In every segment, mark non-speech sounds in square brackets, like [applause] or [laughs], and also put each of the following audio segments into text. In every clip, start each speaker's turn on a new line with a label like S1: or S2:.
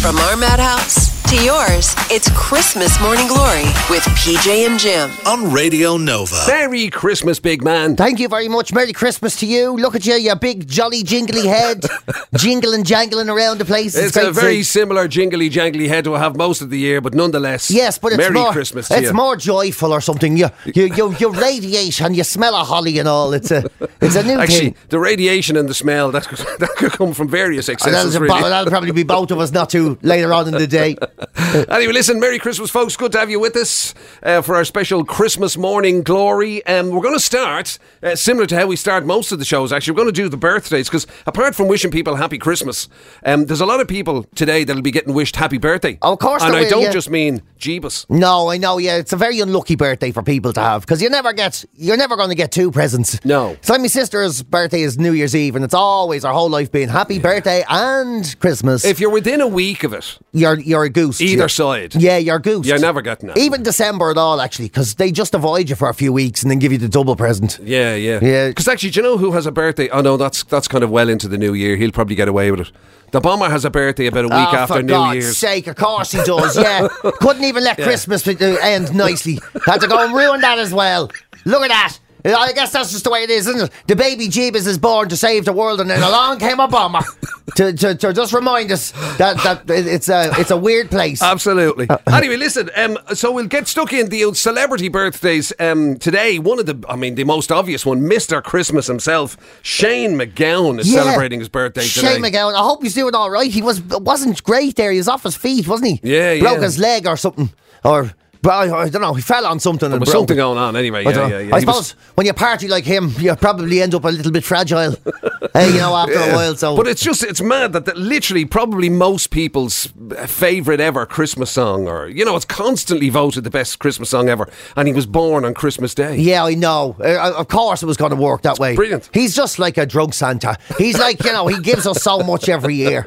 S1: From our madhouse to yours, it's Christmas Morning Glory with PJ and Jim.
S2: on Radio Nova.
S3: Merry Christmas, big man.
S4: Thank you very much. Merry Christmas to you. Look at you, you big jolly
S3: [laughs]
S4: jingly head, jingling, jangling around the place.
S3: It's,
S4: great
S3: a
S4: to
S3: very
S4: see.
S3: similar jingly jangly head to have most of the year, but nonetheless.
S4: Yes, but it's
S3: Merry
S4: more
S3: Christmas to
S4: it's
S3: you.
S4: more joyful or something. You you, you you radiate and you smell a holly and all. It's a it's a new
S3: Actually,
S4: thing. Oh,
S3: the radiation and the smell that could, [laughs] that could come from various
S4: And
S3: excesses.
S4: that'll,
S3: really.
S4: that'll probably be both of us not too later on in the day.
S3: Anyway, listen, Merry Christmas, folks. Good to have you with us uh, for our special Christmas morning glory. Um, we're going to start, uh, similar to how we start most of the shows, actually, we're going to do the birthdays because apart from wishing people happy Christmas, um, there's a lot of people today that'll be getting wished happy birthday.
S4: Of course
S3: And
S4: there
S3: I
S4: will,
S3: don't
S4: yeah.
S3: just mean Jeebus.
S4: No, I know. Yeah, it's a very unlucky birthday for people to have because you never get, you're never going to get two presents.
S3: No.
S4: So my sister's birthday is New Year's Eve, and it's always our whole life being happy birthday and Christmas.
S3: If you're within a week of it,
S4: you're you're a goose.
S3: Either side.
S4: Yeah, you're a goose.
S3: You're never getting that.
S4: Even December at all, actually, because they just avoid you for a few weeks and then give you the double present.
S3: Yeah, yeah,
S4: Yeah.
S3: Because actually, do you know who has a birthday? Oh no, that's that's kind of well into the new year. He'll probably get away with it. The bomber has a birthday about a week
S4: oh,
S3: after
S4: for
S3: New
S4: God's
S3: Year's.
S4: sake! Of course he does.
S3: [laughs]
S4: Yeah, couldn't even let Christmas be- uh, end nicely. Had to go and ruin that as well. Look at that. I guess that's just the way it is, isn't it? The baby Jeebus is born to save the world, and then along came a bomber
S3: [laughs]
S4: to, to, to just remind us that, that it- it's a it's a weird place.
S3: Absolutely.
S4: Uh,
S3: anyway, listen. Um, so we'll get stuck in the old celebrity birthdays um, today. One of the, I mean, the most obvious one, Mister Christmas himself, Shane McGowan, is
S4: Yeah.
S3: celebrating his birthday
S4: Shane
S3: today.
S4: McGowan. I hope he's doing all right. He was wasn't great there. He was off his feet, wasn't he?
S3: Yeah,
S4: broke
S3: yeah.
S4: his leg or something, or bro- I don't know. He fell on something.
S3: There
S4: and
S3: was
S4: broke
S3: something
S4: it.
S3: going on anyway.
S4: I,
S3: Yeah,
S4: don't
S3: yeah,
S4: know.
S3: yeah.
S4: I
S3: He was-
S4: suppose when you party like him, you probably end up a little
S3: [laughs]
S4: bit fragile. eh, you know, after a while. So,
S3: But it's just, it's mad that, that literally probably most people's favourite ever Christmas song, or, you know, it's constantly voted the best Christmas song ever. And he was born on Christmas Day.
S4: yeah, I know. Uh, of course, it was going to work that way.
S3: brilliant.
S4: He's just like a drug Santa. He's like you know, he gives us so much every year.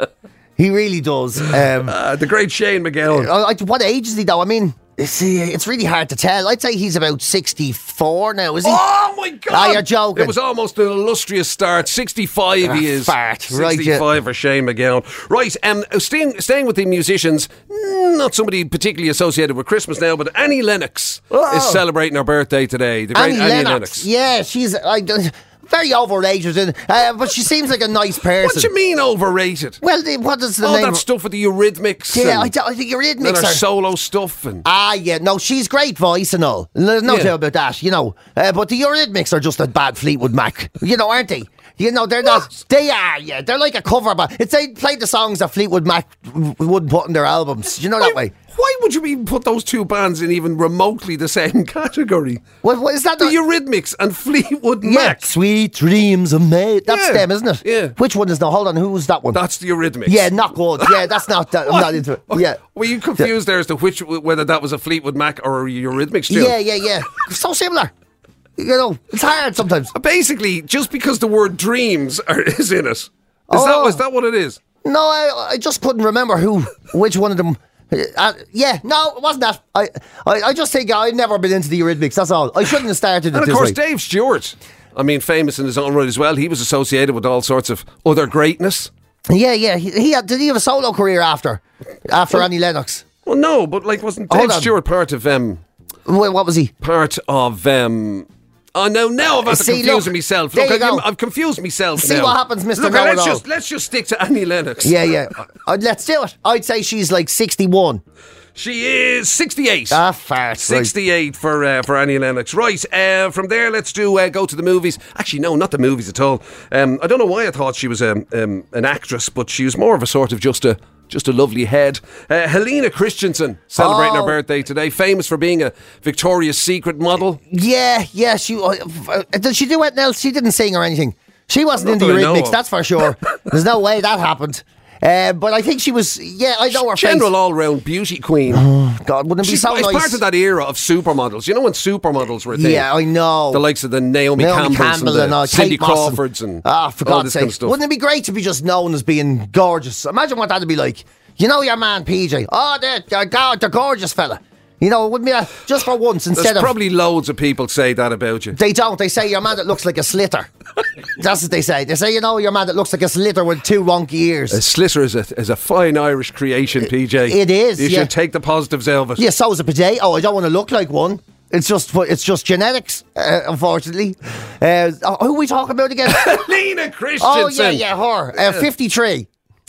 S4: He really does. Um,
S3: Uh, the great Shane McGowan.
S4: I- I- what age is he though? I mean, see, it's really hard to tell. I'd say he's about sixty-four now, is he?
S3: Oh my God!
S4: Ah, you're joking.
S3: It was almost an illustrious start. 65 he
S4: Ah,
S3: is.
S4: fart. Right,
S3: 65 for Shane McGowan. Right, um, staying, staying with the musicians, mm, not somebody particularly associated with Christmas now, but Annie Lennox
S4: Oh.
S3: is celebrating her birthday today. The great
S4: Annie,
S3: Annie,
S4: Lennox.
S3: Lennox.
S4: Yeah, she's I, [laughs] very overrated, and uh, but she seems like a nice person.
S3: What do you mean Oh, overrated?
S4: Well, the- what is the
S3: All
S4: name?
S3: that
S4: of-
S3: stuff with the Eurythmics.
S4: yeah,
S3: and-
S4: I, don't- I think you're in
S3: and her
S4: mixer.
S3: solo stuff and
S4: Ah, yeah, no, she's great voice and all. There's no
S3: Yeah.
S4: doubt about that, you know. Uh, but the Eurythmics are just a bad Fleetwood Mac, you know, aren't they? You know, they're not. They are, yeah. They're like a cover band. It's they played the songs that Fleetwood Mac w- wouldn't put in their albums. You know that way.
S3: Why would you even put those two bands in even remotely the same [laughs] category?
S4: What, what is that?
S3: The
S4: not-
S3: Eurythmics and Fleetwood
S4: yeah,
S3: Mac.
S4: sweet dreams of me. That's
S3: Yeah,
S4: them, isn't it?
S3: yeah.
S4: Which one is now? Hold on, who's that one?
S3: That's the Eurythmics.
S4: Yeah, not good. Yeah, that's not. That, I'm
S3: What?
S4: not into it. Yeah.
S3: Were you confused there as to which whether that was a Fleetwood Mac or a Eurythmics tune?
S4: Yeah, yeah, yeah. So similar. You know, it's hard sometimes.
S3: Basically, just because the word dreams are, [laughs] is in it. Is, that,
S4: Oh.
S3: is that what it is?
S4: No, I, I just couldn't remember who, which one of them. Uh, yeah, no, it wasn't that. I, I, I just think I've never been into the Eurythmics. That's all. I shouldn't have started it
S3: And of
S4: this
S3: course,
S4: way.
S3: Dave Stewart. I mean, famous in his own right as well. He was associated with all sorts of other greatness.
S4: yeah, yeah. He, he had, did he have a solo career after,
S3: Oh.
S4: after Annie Lennox?
S3: Well, no, but like, wasn't
S4: Hold
S3: Dave
S4: on.
S3: Stewart part of um,
S4: Wh- What was he?
S3: part of um. Oh no! Now I've had to
S4: See,
S3: confuse
S4: look,
S3: myself.
S4: there
S3: Look,
S4: you
S3: I've,
S4: go.
S3: I've confused myself.
S4: See
S3: now.
S4: what happens, Mr.
S3: Look, let's
S4: Know-it-all.
S3: just let's just stick to Annie Lennox.
S4: Yeah, yeah. Uh, let's do it. I'd say she's like sixty-one.
S3: she is sixty-eight.
S4: Ah, fart. right.
S3: 68 for uh, for Annie Lennox. Right, uh, from there, let's do uh, go to the movies. Actually, no, not the movies at all. Um, I don't know why I thought she was um, um, an actress, but she was more of a sort of just a just a lovely head. Uh, Helena Christensen celebrating
S4: Oh.
S3: her birthday today, famous for being a Victoria's Secret model.
S4: Yeah, yeah. She uh, f- uh, did she do anything else? She didn't sing or anything. She wasn't
S3: Not
S4: into
S3: that I know
S4: Eurythmics,
S3: of.
S4: that's for sure.
S3: [laughs]
S4: There's no way that happened. Uh, but I think she was. Yeah, I know her
S3: General
S4: face.
S3: all round beauty queen.
S4: God, wouldn't it be
S3: She's
S4: Oh. so
S3: it's
S4: nice?
S3: part of that era of supermodels. You know when supermodels were a thing?
S4: Yeah, I know.
S3: The likes of the Naomi,
S4: Naomi
S3: Campbells
S4: Campbell
S3: and,
S4: and,
S3: the
S4: uh,
S3: Cindy
S4: Kate Moss and-
S3: Crawfords and
S4: ah, for
S3: all
S4: God's
S3: this
S4: sake,
S3: kind of stuff.
S4: wouldn't it be great to be just known as being gorgeous? Imagine what that'd be like. You know your man PJ. Oh, they're, they're, go- they're gorgeous fella. You know, it wouldn't be that just for once
S3: There's
S4: instead of
S3: probably loads of people say that about you.
S4: They don't. They say you're a man that looks like a slitter. That's what they say. They say, you know, you're a man that looks like a slitter with two wonky ears.
S3: A slitter is a, is a fine Irish creation, PJ.
S4: it is,
S3: You
S4: yeah.
S3: should take the positives out of it.
S4: yeah, so is a potato. I don't want to look like one. It's just it's just genetics, uh, unfortunately. Uh, who are we talking
S3: [laughs]
S4: about again?
S3: Lena Christensen.
S4: oh, yeah, yeah, her. Uh, 53.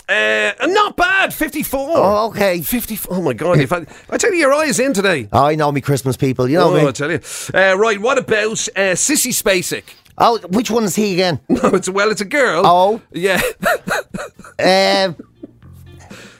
S3: Uh, not bad. 54.
S4: Oh, okay.
S3: 54. Oh, my God. If I, I tell you, your eye is in today.
S4: I know me Christmas people, you know
S3: Oh,
S4: me.
S3: I tell you. Uh, right, what about uh, Sissy Spacek? [laughs]
S4: Oh, which one is he again?
S3: No, it's well, it's a girl.
S4: Oh.
S3: yeah,
S4: Uh,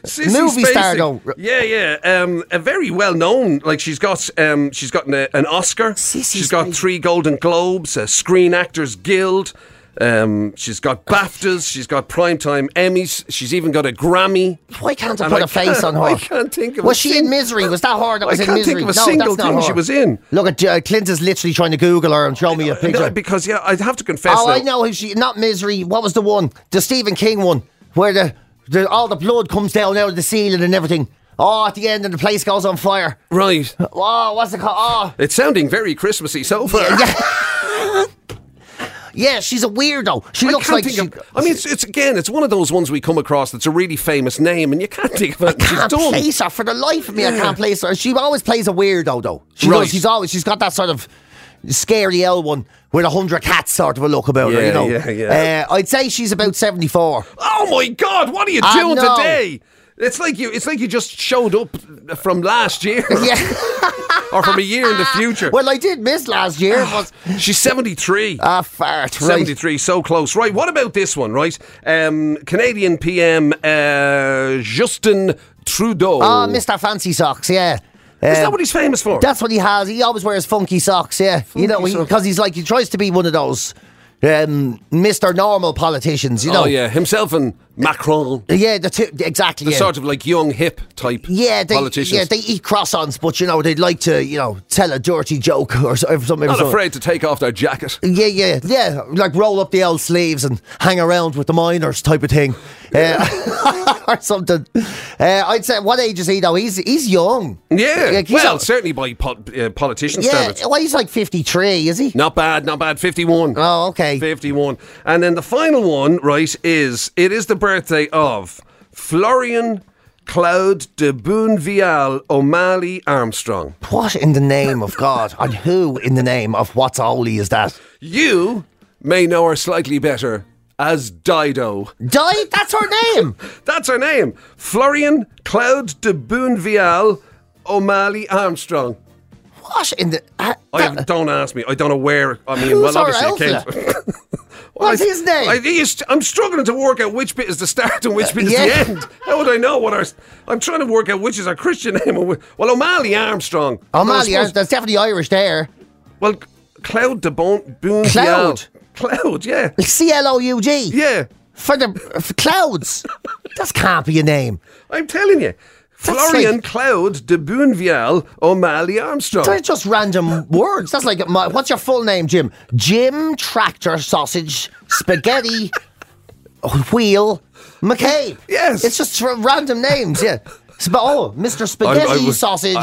S3: Sissy
S4: Movie
S3: Spacek.
S4: star, though.
S3: Yeah, yeah. Um, a very well known. Like she's got, um, she's gotten a, an Oscar.
S4: Sissy
S3: she's got
S4: Spacek.
S3: three Golden Globes, a Screen Actors Guild. Um, she's got
S4: Oh.
S3: BAFTAs. She's got Primetime Emmys. She's even got a Grammy.
S4: why can't I
S3: And
S4: put
S3: I
S4: a face on
S3: can't- [laughs]
S4: her?
S3: I can't think of
S4: Was
S3: a
S4: she
S3: sing-
S4: in misery? Was that her that
S3: I
S4: was in
S3: can't
S4: misery?
S3: think of a
S4: no,
S3: single
S4: that's not
S3: thing she
S4: her.
S3: was in.
S4: Look at uh, Clint is literally trying to Google her and show me a
S3: [laughs]
S4: picture.
S3: No, because yeah, I'd have to confess.
S4: Oh,
S3: now,
S4: I know who she. Not misery. What was the one? The Stephen King one, where the, the all the blood comes down out of the ceiling and everything. Oh, at the end, and the place goes on fire.
S3: Right.
S4: Oh, what's
S3: [laughs]
S4: it called?
S3: It's sounding very Christmassy so
S4: Oh,
S3: far.
S4: yeah, yeah. [laughs] Yeah, she's a weirdo. She
S3: I
S4: looks
S3: can't think
S4: like she,
S3: of, I mean, it's, it's again, it's one of those ones we come across that's a really famous name, and you can't think of it. She's
S4: can't
S3: done.
S4: place her for the life of me. I can't place her. She always plays a weirdo though. She
S3: Right.
S4: does. She's always she's got that sort of scary L one with a hundred cats sort of a look about her.
S3: Yeah,
S4: You know.
S3: yeah, yeah.
S4: Uh, I'd say she's about
S3: [laughs]
S4: seventy four.
S3: Oh my God! What are you
S4: I
S3: doing
S4: know.
S3: today? It's like you. It's like you just showed up from last year,
S4: [laughs] Yeah. Ah,
S3: or from a year in the future. Ah,
S4: well, I did miss last year, but
S3: She's seventy-three.
S4: ah, fart. Right.
S3: 73, so close. Right, what about this one, right? Um, Canadian PM uh, Justin Trudeau.
S4: Oh, Mr. Fancy Socks, yeah.
S3: Is
S4: Uh,
S3: that what he's famous for?
S4: That's what he has. He always wears funky socks, yeah. you know,
S3: Funky socks.
S4: because he's like, he tries to be one of those um, Mr. Normal politicians, you know.
S3: Oh, yeah, himself and Macron.
S4: Yeah, the two, exactly.
S3: The
S4: yeah.
S3: sort of like young, hip type
S4: yeah, they,
S3: politicians.
S4: yeah, they eat croissants, but you know they'd like to, you know, tell a dirty joke or so- or something.
S3: Not
S4: so-
S3: afraid to take off their jacket.
S4: Yeah, yeah, yeah. Like roll up the old sleeves and hang around with the miners type of thing, uh, [laughs] or something. Uh, I'd say, what age is he though? He's he's young.
S3: Yeah.
S4: Like, he's
S3: well,
S4: a-
S3: certainly by pot, uh, politician
S4: yeah.
S3: standards.
S4: Well, he's like fifty three, is he?
S3: Not bad, not bad. 51.
S4: Oh, okay.
S3: 51. And then the final one, right, is it is the birthday of Florian Claude de Boonvial O'Malley Armstrong.
S4: What in the name of God? And who in the name of what's holy is that?
S3: You may know her slightly better as Dido.
S4: Di, that's her name.
S3: That's her name. Florian Claude de Boonvial O'Malley Armstrong.
S4: What in the? Uh,
S3: I have, don't ask me. I don't know where. I mean,
S4: Who's
S3: well,
S4: our
S3: obviously, it came. [laughs] Well,
S4: What's
S3: I-
S4: his name?
S3: I, he's- I'm struggling to work out which bit is the start and which bit is
S4: yeah.
S3: the end. How would I know what our? I'm trying to work out which is our Christian name. and whi- Well, O'Malley Armstrong. Well, I
S4: O'Malley,
S3: suppose-
S4: that's definitely Irish there.
S3: Well, Cloud de Bon Boon.
S4: Cloud?
S3: Cloud. Yeah.
S4: C L O U G.
S3: Yeah.
S4: For the for clouds. that can't be a name.
S3: I'm telling you.
S4: That's
S3: Florian
S4: like-
S3: Cloud de Boonvial O'Malley Armstrong.
S4: They're just random words. That's like my, what's your full name, Jim? Jim Tractor Sausage Spaghetti Wheel McCabe.
S3: Yes.
S4: It's just r- random names. Yeah. Sp- oh, Mr. Spaghetti Sausage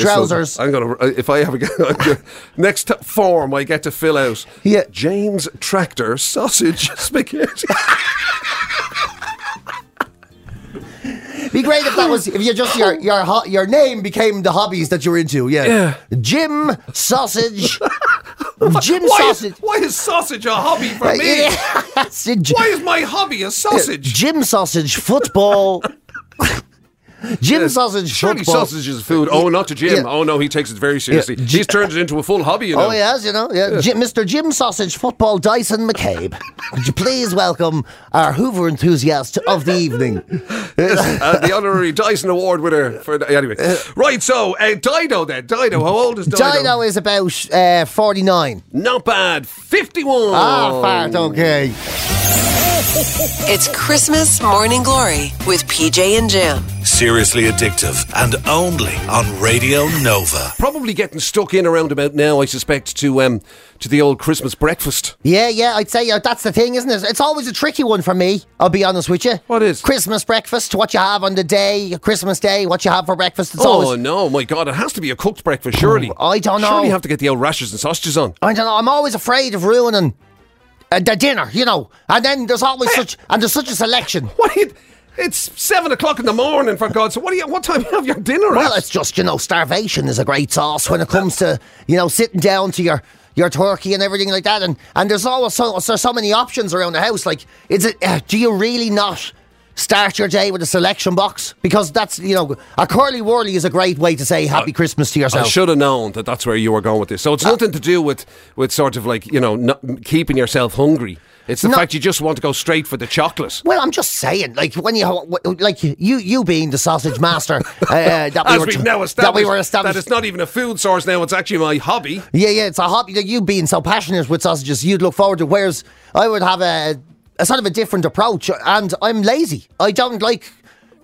S4: Trousers.
S3: I'm gonna. uh, If I have [laughs] a next t- form, I get to fill out.
S4: Yeah.
S3: James Tractor Sausage [laughs]
S4: [laughs]
S3: Spaghetti.
S4: Be great if that was if you just your your ho- your name became the hobbies that you're into. Yeah.
S3: Yeah.
S4: Jim
S3: [laughs]
S4: Sausage. Jim
S3: Why is,
S4: Sausage. Uh,
S3: why is sausage a hobby
S4: [laughs]
S3: for me?
S4: Yeah, that's it.
S3: Why is my hobby a sausage?
S4: Gym
S3: [laughs]
S4: sausage football. Gym sausage
S3: Surely
S4: football.
S3: sausage is food. Oh, not to Jim.
S4: Yeah.
S3: Oh no, he takes it very seriously.
S4: J-
S3: He's turned it into a full hobby. You know.
S4: Oh, yes, you know. Yeah. Jim- Mr. Jim Sausage Football Dyson McCabe. Could you please welcome our Hoover enthusiast of
S3: [laughs]
S4: the evening? [laughs]
S3: Uh, the honorary Dyson Award winner for anyway. Right, so uh, Dido then. Dido, how old is Dido?
S4: Dino is about uh, 49.
S3: Not bad. Fifty-one.
S4: Ah, fart, okay.
S1: It's Christmas Morning Glory with PJ and Jim.
S2: C seriously addictive and only on Radio Nova.
S3: Probably getting stuck in around about now, I suspect, to um to the old Christmas breakfast.
S4: Yeah, yeah, I'd say uh, that's the thing, isn't it? It's always a tricky one for me, I'll be honest with you.
S3: What is?
S4: Christmas breakfast, what you have on the day, Christmas day, what you have for breakfast. It's
S3: Oh
S4: always.
S3: no, my God! It has to be a cooked breakfast, surely.
S4: I don't know.
S3: Surely you have to get the old rashers and sausages on.
S4: I don't know, I'm always afraid of ruining uh, the dinner, you know. And then there's always such, and there's such a selection.
S3: What? Are you, it's seven o'clock in the morning, for God's sake. What do you? What time you have your dinner?
S4: Well,
S3: at?
S4: it's just you know, starvation is a great sauce when it comes to you know sitting down to your your turkey and everything like that. And and there's always so so, so many options around the house. Like, is it? Uh, do you really not? Start your day with a selection box because that's you know a curly whirly is a great way to say happy Christmas to
S3: I
S4: yourself.
S3: should have known that that's where you were going with this. So
S4: Uh,
S3: it's nothing to do with, with sort of like, you know, not keeping yourself hungry. It's the
S4: No.
S3: fact you just want to go straight for the chocolate.
S4: Well, I'm just saying, like when you like you you being the sausage master uh, that we
S3: As
S4: were
S3: we've now
S4: that
S3: established,
S4: we were established
S3: that it's not even a food source now, it's actually my hobby.
S4: Yeah, yeah, it's a hobby that you being so passionate with sausages, you'd look forward to. Whereas I would have a, a sort of a different approach, and I'm lazy. I don't like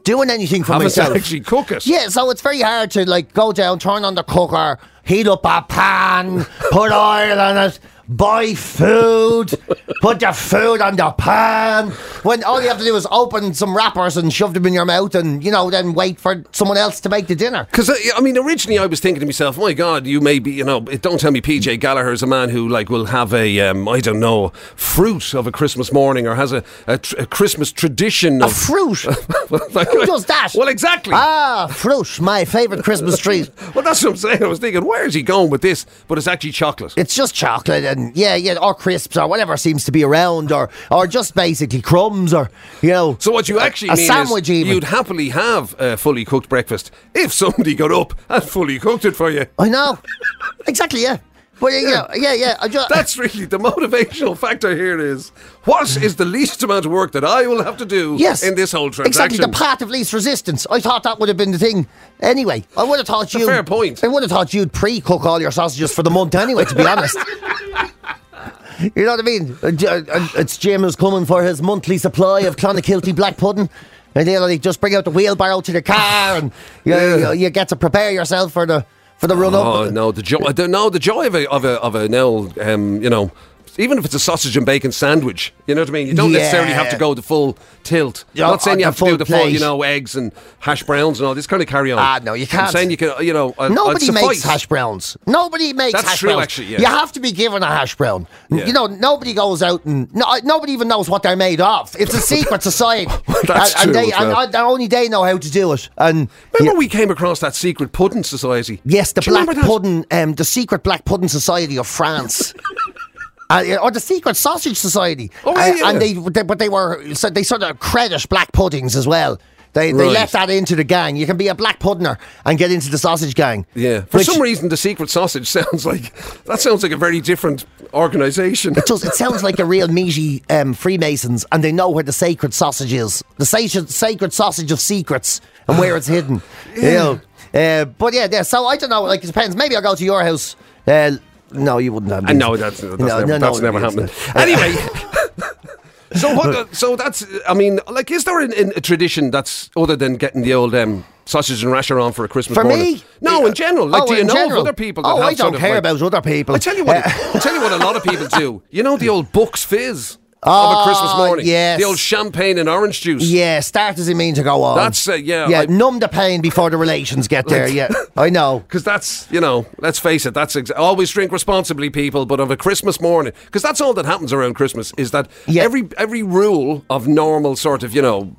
S4: doing anything for
S3: Haven't
S4: myself.
S3: actually cook it.
S4: [laughs] Yeah, so it's very hard to like go down, turn on the cooker, heat up a pan, put oil on it, buy food, put the food on the pan. When all you have to do is open some wrappers and shove them in your mouth, and you know, then wait for someone else to make the dinner.
S3: Because, uh, I mean, originally I was thinking to myself, my God, you may be, you know, don't tell me PJ Gallagher is a man who, like, will have a, um, I don't know, fruit of a Christmas morning or has a, a, tr- a Christmas tradition
S4: A
S3: of.
S4: fruit.
S3: [laughs] Like-
S4: Who does that?
S3: Well, exactly.
S4: Ah, fruit, my favourite Christmas treat.
S3: Well, that's what I'm saying. I was thinking, where is he going with this? But it's actually chocolate.
S4: It's just chocolate and yeah, yeah, or crisps or whatever seems to be around, or or just basically crumbs, or you know.
S3: So what you actually
S4: a
S3: mean
S4: sandwich
S3: is
S4: even.
S3: you'd happily have a fully cooked breakfast if somebody got up and fully cooked it for you.
S4: I know, exactly, yeah. But yeah, yeah, yeah. yeah I just,
S3: That's really the motivational factor here is what is the least amount of work that I will have to do
S4: yes
S3: in this whole transaction?
S4: Exactly, the path of least resistance. I thought that would have been the thing. Anyway, I would have thought you.
S3: fair point.
S4: I would have thought you'd pre-cook all your sausages for the month anyway. To be honest.
S3: [laughs]
S4: You know what I mean? Uh, J- uh, uh, It's Jim who's coming for his monthly supply of Clonakilty black pudding. And they'll like, just bring out the wheelbarrow to the car, and you, you, you get to prepare yourself for the for the run up.
S3: Oh no, the joy, the, no, the joy of a of a of a now, um, you know, even if it's a sausage and bacon sandwich, you know what I mean. You don't
S4: Yeah.
S3: necessarily have to go the full tilt.
S4: Yeah,
S3: I'm not saying
S4: on
S3: you
S4: the
S3: have to do
S4: full
S3: the full, you
S4: plate.
S3: know, eggs and hash browns and all this kind of carry on.
S4: Ah, no, you
S3: I'm
S4: can't.
S3: saying you can, uh, you know, I'd- I'd
S4: Nobody makes
S3: suffice.
S4: hash browns. Nobody makes
S3: That's
S4: hash
S3: true,
S4: browns.
S3: actually, yeah.
S4: You have to be given a hash brown. N-
S3: Yeah.
S4: You know, nobody goes out and no, nobody even knows what they're made of. It's a
S3: [laughs]
S4: secret society.
S3: That's
S4: and, and
S3: true
S4: They,
S3: as
S4: and
S3: well.
S4: I- and only they know how to do it. And
S3: Remember, we came across that secret pudding society.
S4: Yes, the
S3: Do you
S4: Black
S3: remember that?
S4: Pudding, um, the secret Black Pudding Society
S3: [laughs]
S4: of France. Uh, yeah, or the Secret Sausage Society,
S3: Oh,
S4: Uh,
S3: yeah.
S4: and they, they but they were so they sort of credit black puddings as well. They they
S3: Right.
S4: left that into the gang. You can be a black puddiner and get into the sausage gang.
S3: Yeah. For
S4: Which-
S3: some reason, the secret sausage [laughs] sounds like that sounds like a very different
S4: [laughs]
S3: organisation.
S4: It does. It sounds like a real meaty um, Freemasons, and they know where the sacred sausage is. The sacred, sacred sausage of secrets and where it's
S3: [sighs]
S4: hidden. You know. Uh, but yeah, yeah, so I don't know. Like, it depends. Maybe I'll go to your house. Uh, no, you wouldn't have.
S3: I
S4: these.
S3: know that's, that's never, that's never
S4: it's
S3: happening.
S4: not. Uh, [laughs]
S3: Anyway. So what? So that's. I mean, like, is there an, an, a tradition that's other than getting the old um, sausage and rasher on for a Christmas
S4: For
S3: morning?
S4: me?
S3: No, in general. Like,
S4: Oh,
S3: do you
S4: in
S3: know of
S4: general?
S3: other people? That
S4: Oh,
S3: have
S4: I
S3: sort
S4: don't
S3: of
S4: care
S3: like-
S4: about other people.
S3: I tell you
S4: [laughs]
S3: what.
S4: Uh,
S3: I tell you what. A lot of people do. You know the old books fizz of a
S4: Oh,
S3: Christmas morning.
S4: yes.
S3: The old champagne and orange juice.
S4: yeah, start as you mean to go on.
S3: That's, uh, yeah,
S4: Yeah,
S3: I-
S4: numb the pain before the relations get there. yeah, I know.
S3: Because that's, you know, let's face it, that's exa- always drink responsibly, people. But on a Christmas morning, because that's all that happens around Christmas is that
S4: Yeah.
S3: every every rule of normal sort of, you know,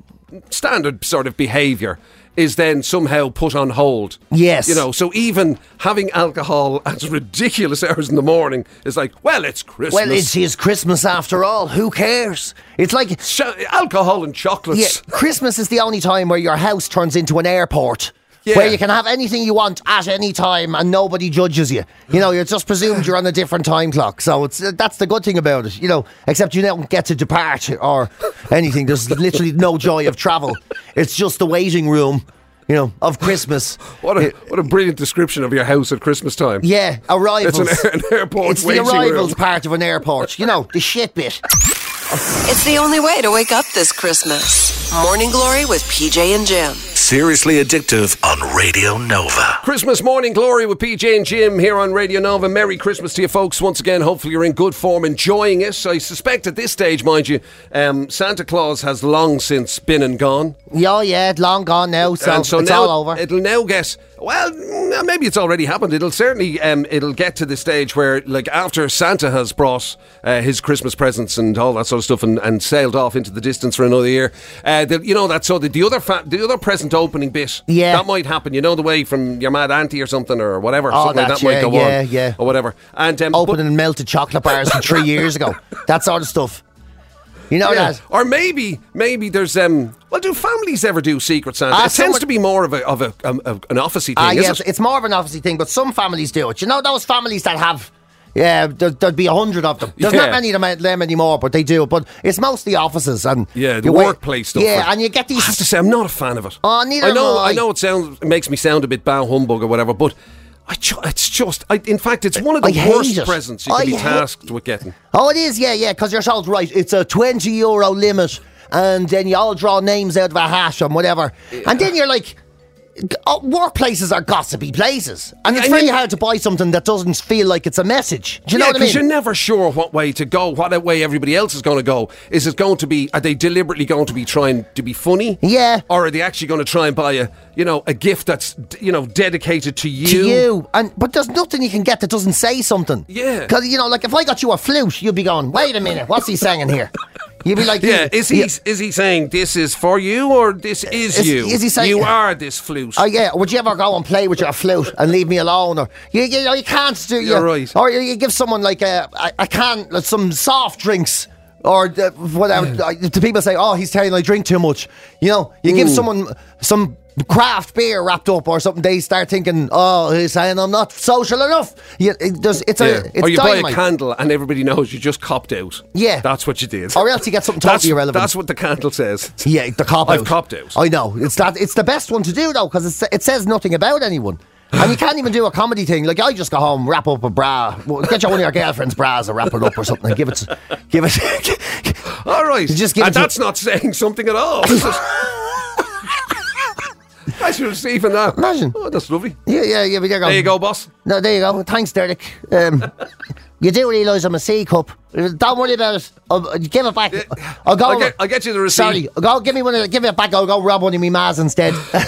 S3: standard sort of behaviour is then somehow put on hold.
S4: Yes.
S3: you know, so even having alcohol [laughs] at ridiculous hours in the morning is like, well, it's [laughs] Christmas.
S4: Well, it's his Christmas after all. Who cares? It's like
S3: Sh- alcohol and
S4: Yeah,
S3: chocolates. [laughs]
S4: Christmas is the only time where your house turns into an airport.
S3: Yeah.
S4: Where you can have anything you want at any time and nobody judges you. You know, you're just presumed you're on a different time clock. So it's uh, that's the good thing about it. You know, except you don't get to depart or anything. There's literally no joy of travel. It's just the waiting room, you know, of Christmas.
S3: What a what a brilliant description of your house at Christmas time.
S4: Yeah,
S3: it's
S4: arrivals.
S3: an, air- an airport
S4: It's the
S3: waiting
S4: arrivals
S3: room.
S4: part of an airport. You know, the shit bit.
S1: It's the only way to wake up this Christmas. Morning Glory with PJ and Jim.
S2: Seriously addictive on Radio Nova.
S3: Christmas morning glory with PJ and Jim here on Radio Nova. Merry Christmas to you folks once again. Hopefully you're in good form, enjoying it. I suspect at this stage, mind you, um, Santa Claus has long since been and gone.
S4: Yeah, yeah, long gone now, so,
S3: and so
S4: it's
S3: now
S4: all over.
S3: it'll now get well. mm, Maybe it's already happened. It'll certainly um, it'll get to the stage where, like, after Santa has brought uh, his Christmas presents and all that sort of stuff and, and sailed off into the distance for another year, uh, the, you know that so the, the other fa- the other present opening bit,
S4: Yeah.
S3: that might happen. You know the way from your mad auntie or something or whatever,
S4: Oh,
S3: something like
S4: that's-
S3: that might
S4: yeah,
S3: go
S4: yeah,
S3: on,
S4: yeah.
S3: or whatever. And um, but-
S4: Opening and melted chocolate bars from three years
S3: [laughs]
S4: ago. That sort of stuff. You know
S3: Yeah.
S4: that?
S3: Or maybe, maybe there's um. Well, do families ever do Secret Santa?
S4: Ah,
S3: it tends
S4: someone-
S3: to be more of a of a, um, of an officey thing,
S4: Ah,
S3: is
S4: yeah,
S3: it?
S4: it's more of an obviously thing, but some families do it. You know those families that have. Yeah, there, there'd be a hundred of them. There's
S3: Yeah.
S4: not many of them- uh, them anymore, but they do. But it's mostly offices and
S3: Yeah, the
S4: you wait-
S3: workplace stuff.
S4: Yeah,
S3: Like-
S4: and you get
S3: I have to
S4: these.
S3: say, I'm not a fan of it.
S4: Oh, neither
S3: I know.
S4: am I.
S3: I know it sounds it makes me sound a bit bow humbug or whatever, but I ju- it's just. I, in fact, it's one of the
S4: I hate
S3: worst
S4: it.
S3: presents you
S4: I
S3: can be
S4: hate-
S3: tasked with getting.
S4: Oh, it is. Yeah, yeah, because you're told right. It's a twenty euro limit, and then you all draw names out of a hash and whatever, and then you're like. Oh, workplaces are gossipy places, and it's
S3: And
S4: very
S3: then-
S4: hard to buy something that doesn't feel like it's a message. Do you know
S3: yeah,
S4: what I mean?
S3: you're never sure what way to go, what way everybody else is going to go. Is it going to be? Are they deliberately going to be trying to be funny?
S4: Yeah.
S3: Or are they actually going to try and buy a you know a gift that's you know dedicated to you?
S4: to you. And but there's nothing you can get that doesn't say something.
S3: Yeah.
S4: because you know, like if I got you a flute, you'd be going, "Wait a minute, what's he saying here?" You'd be
S3: [laughs]
S4: like,
S3: Yeah, is he
S4: Yeah. Uh,
S3: is he saying this is for you or this is,
S4: Is-
S3: you?
S4: is he saying-
S3: you are this flute?
S4: Oh yeah, would you ever go and play with your flute and leave me alone? Or you, you, know, you can't do. you-
S3: You're right.
S4: Or you, you give someone like a, I, I can't like, some soft drinks or the, whatever. Uh, The people say, oh, he's telling I drink too much. You know, you give someone some craft beer wrapped up or something, they start thinking, oh, he's saying I'm not social enough. You, it does, it's
S3: Yeah.
S4: a, it's
S3: or you buy a
S4: dynamite.
S3: candle and everybody knows you just copped out.
S4: Yeah.
S3: that's what you did.
S4: Or else you get something
S3: that's,
S4: totally irrelevant.
S3: That's what the candle says.
S4: Yeah, the cop out.
S3: I've copped out.
S4: I know. It's that. It's the best one to do though, because it says nothing about anyone, and you can't even do a comedy thing. Like I just go home, wrap up a bra, well, get your one of your girlfriend's bras and wrap it up or something, and give it, give it. [laughs]
S3: All right,
S4: You just give
S3: and
S4: it to-
S3: that's not saying something at
S4: [laughs]
S3: all. I should have seen from that.
S4: Imagine.
S3: Oh, that's lovely.
S4: yeah, yeah, yeah. But there you go.
S3: There you go, boss.
S4: No, there you go. Thanks, Derek. Um, you do realise I'm a C cup. Don't worry about it. I'll, I'll give it back. I'll go.
S3: I'll get- I'll get you the receipt.
S4: Sorry, go give me one. Of, give it back. I'll go rob one of me mas instead.
S3: And,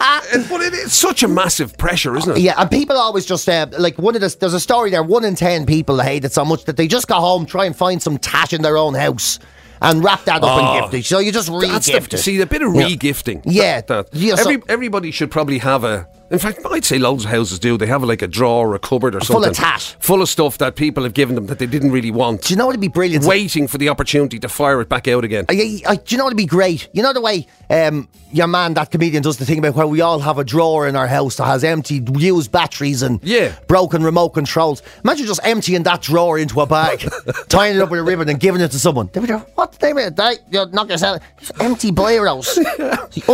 S3: Uh, but it is such a massive pressure, isn't it?
S4: Yeah, and people always just uh, like one of the there's a story there. One in ten people hate it so much that they just go home, try and find some tash in their own house, and wrap that up
S3: Oh.
S4: and gift it. So you just re-gift
S3: That's
S4: it.
S3: the, see the bit of
S4: Yeah.
S3: regifting.
S4: Yeah.
S3: That- that-
S4: Yeah, so-
S3: Every, everybody should probably have a. In fact, I'd say loads of houses do. They have like a drawer, or a cupboard, or
S4: Full
S3: something
S4: of tat.
S3: full of stuff that people have given them that they didn't really want,
S4: do you know what'd be brilliant?
S3: waiting for the opportunity to fire it back out again.
S4: I, I, I- do you know what'd be great? You know the way um, your man, that comedian, does the thing about where we all have a drawer in our house that has empty, used batteries and
S3: Yeah.
S4: broken remote controls. Imagine just emptying that drawer into
S3: [laughs]
S4: a bag, tying it up with a ribbon, and giving it to someone. They'd be like, "What the name of that? You knock yourself just
S3: [laughs]
S4: empty biros,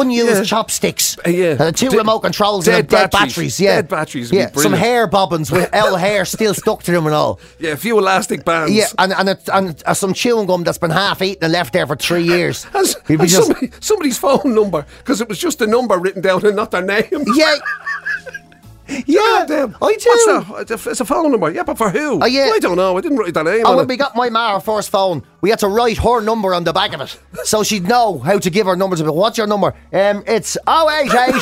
S4: unused chopsticks,
S3: Uh, yeah.
S4: uh, two
S3: Dead-
S4: remote controls,
S3: dead
S4: and a dead
S3: batteries.
S4: batteries. yeah,
S3: Dead batteries would be
S4: yeah, some
S3: brilliant.
S4: hair bobbins with L hair still stuck to them and all."
S3: Yeah, a few elastic bands.
S4: Yeah, and and, it, and uh, some chewing gum that's been half eaten and left there for three years.
S3: And, s-
S4: You'd be
S3: and
S4: just-
S3: somebody, somebody's phone number because it was just a number written down and not their name.
S4: [laughs] yeah, yeah,
S3: Goddamn.
S4: I
S3: What's
S4: do.
S3: that? It's a- It's a phone number. Yeah, but for who?
S4: Oh, yeah.
S3: I don't know. I didn't write that name.
S4: And
S3: on
S4: when
S3: it.
S4: we got my ma her first phone, we had to write her number on the back of it so she'd know how to give her number to me. What's your number? Um, it's 088.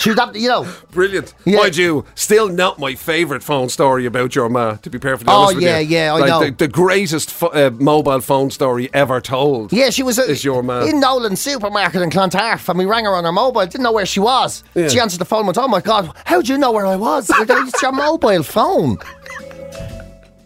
S4: she'd have to, you know.
S3: Brilliant.
S4: Yeah.
S3: Mind you, still not my favourite phone story about your ma, to be perfectly
S4: Oh,
S3: honest with
S4: yeah,
S3: you.
S4: yeah, I
S3: Like,
S4: know.
S3: The, the greatest pho- uh, mobile phone story ever told.
S4: Yeah, she was uh,
S3: Is your ma.
S4: in Nolan supermarket in Clontarf, and we rang her on her mobile. Didn't know where she was.
S3: Yeah.
S4: She answered the phone and went, "Oh my God, how do you know where I was? it's your mobile phone."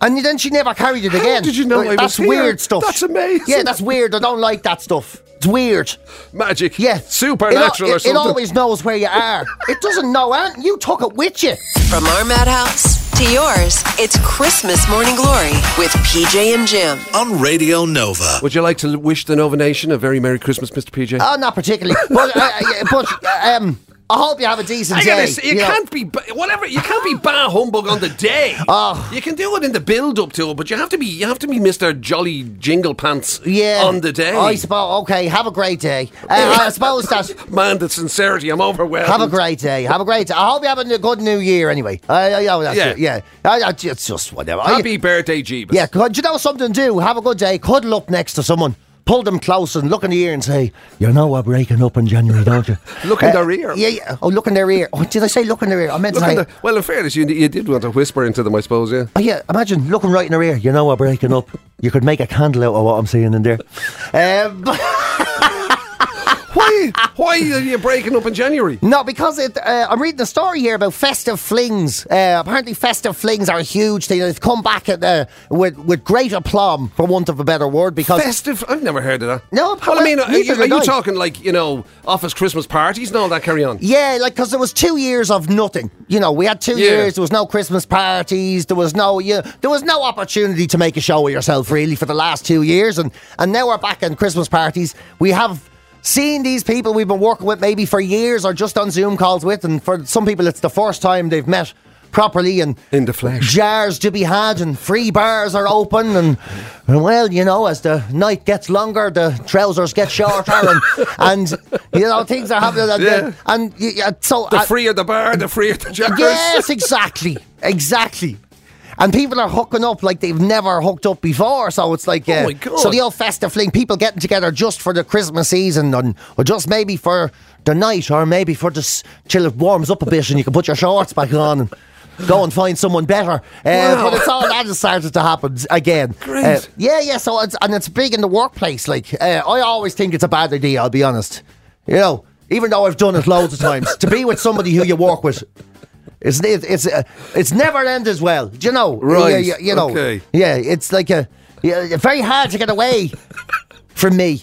S4: And then she never carried it again.
S3: did you know I
S4: Like, That's
S3: was here?
S4: weird stuff.
S3: That's amazing.
S4: Yeah, that's weird. I don't like that stuff. It's weird.
S3: Magic.
S4: Yeah,
S3: Supernatural
S4: it, al-
S3: or
S4: it, it
S3: something.
S4: always knows where you are. it doesn't know, and you took it with you.
S1: From our madhouse to yours, it's Christmas Morning Glory with PJ and Jim.
S2: On Radio Nova.
S3: Would you like to l- wish the Nova Nation a very Merry Christmas, Mr. PJ?
S4: Oh, not particularly. But, uh, uh, yeah, but uh, um, I hope you have a decent
S3: Hang on
S4: day.
S3: a sec, you,
S4: you know.
S3: can't be ba- whatever. You can't be bar humbug on the day.
S4: Oh.
S3: You can do it in the build up to it, but you have to be you have to be Mister Jolly Jingle Pants.
S4: yeah.
S3: on the day.
S4: I suppose. Okay, have a great day. Uh,
S3: [laughs]
S4: I suppose that.
S3: Man, the sincerity. I'm overwhelmed.
S4: Have a great day. Have a great day. I hope you have a good new year anyway. Uh, yeah, that's
S3: Yeah.
S4: it, yeah. I, I, it's just whatever. I-
S3: Happy birthday, Jeebus.
S4: Yeah, do you know something? Do have a good day. Cuddle up next to someone. Pull them close and look in the ear and say, "You know we're breaking up in January, don't you?"
S3: [laughs]
S4: Uh,
S3: Look in their ear.
S4: Yeah, yeah. Oh, look in their ear. Oh, did I say look in their ear? I meant
S3: Look
S4: to
S3: at
S4: say.
S3: the, well, in fairness, you, you did want to whisper into them, I suppose. Yeah.
S4: Oh yeah, imagine looking right in her ear. You know we're breaking up. You could make a candle out of what I'm seeing
S3: [laughs]
S4: in there. Um, but-
S3: Why? Why are you breaking up in
S4: [laughs]
S3: January?
S4: no, because it, uh, I'm reading a story here about festive flings. Uh, apparently, festive flings are a huge thing. They've come back at, uh, with with great aplomb, for want of a better word, because
S3: Festive? I've never heard of that.
S4: No,
S3: well, I mean, are
S4: neither
S3: you, are
S4: did
S3: you
S4: I.
S3: talking like you know office Christmas parties and all that? Carry on.
S4: Yeah, like because there was two years of nothing. You know, we had two
S3: Yeah.
S4: years. There was no Christmas parties. There was no you, There was no opportunity to make a show of yourself really for the last two years, and and now we're back in Christmas parties. We have. seen these people we've been working with maybe for years or just on Zoom calls with, and for some people it's the first time they've met properly and
S3: In the flesh.
S4: jars to be had and free bars are open and, and well you know as the night gets longer the trousers get shorter and and you know things are happening and,
S3: Yeah.
S4: and, y- yeah, so
S3: The
S4: I-
S3: freer the bar, the freer
S4: [laughs]
S3: the jars.
S4: yes exactly exactly and people are hooking up like they've never hooked up before so it's like uh,
S3: Oh my God.
S4: so the old festive fling people getting together just for the Christmas season and, or just maybe for the night or maybe for just till it warms up a bit and you can put your shorts back on and Go and find someone better. Uh,
S3: Wow.
S4: But it's all that has started to happen again.
S3: Great.
S4: Uh, yeah, yeah. So it's, and it's big in the workplace. Like uh, I always think it's a bad idea. I'll be honest. You know, even though I've done it loads of times, to be with somebody who you work with, it's it, it's uh, it's never end as well. Do you know?
S3: Right,
S4: You, you- you know.
S3: okay.
S4: Yeah, it's like a yeah, very hard to get away from me.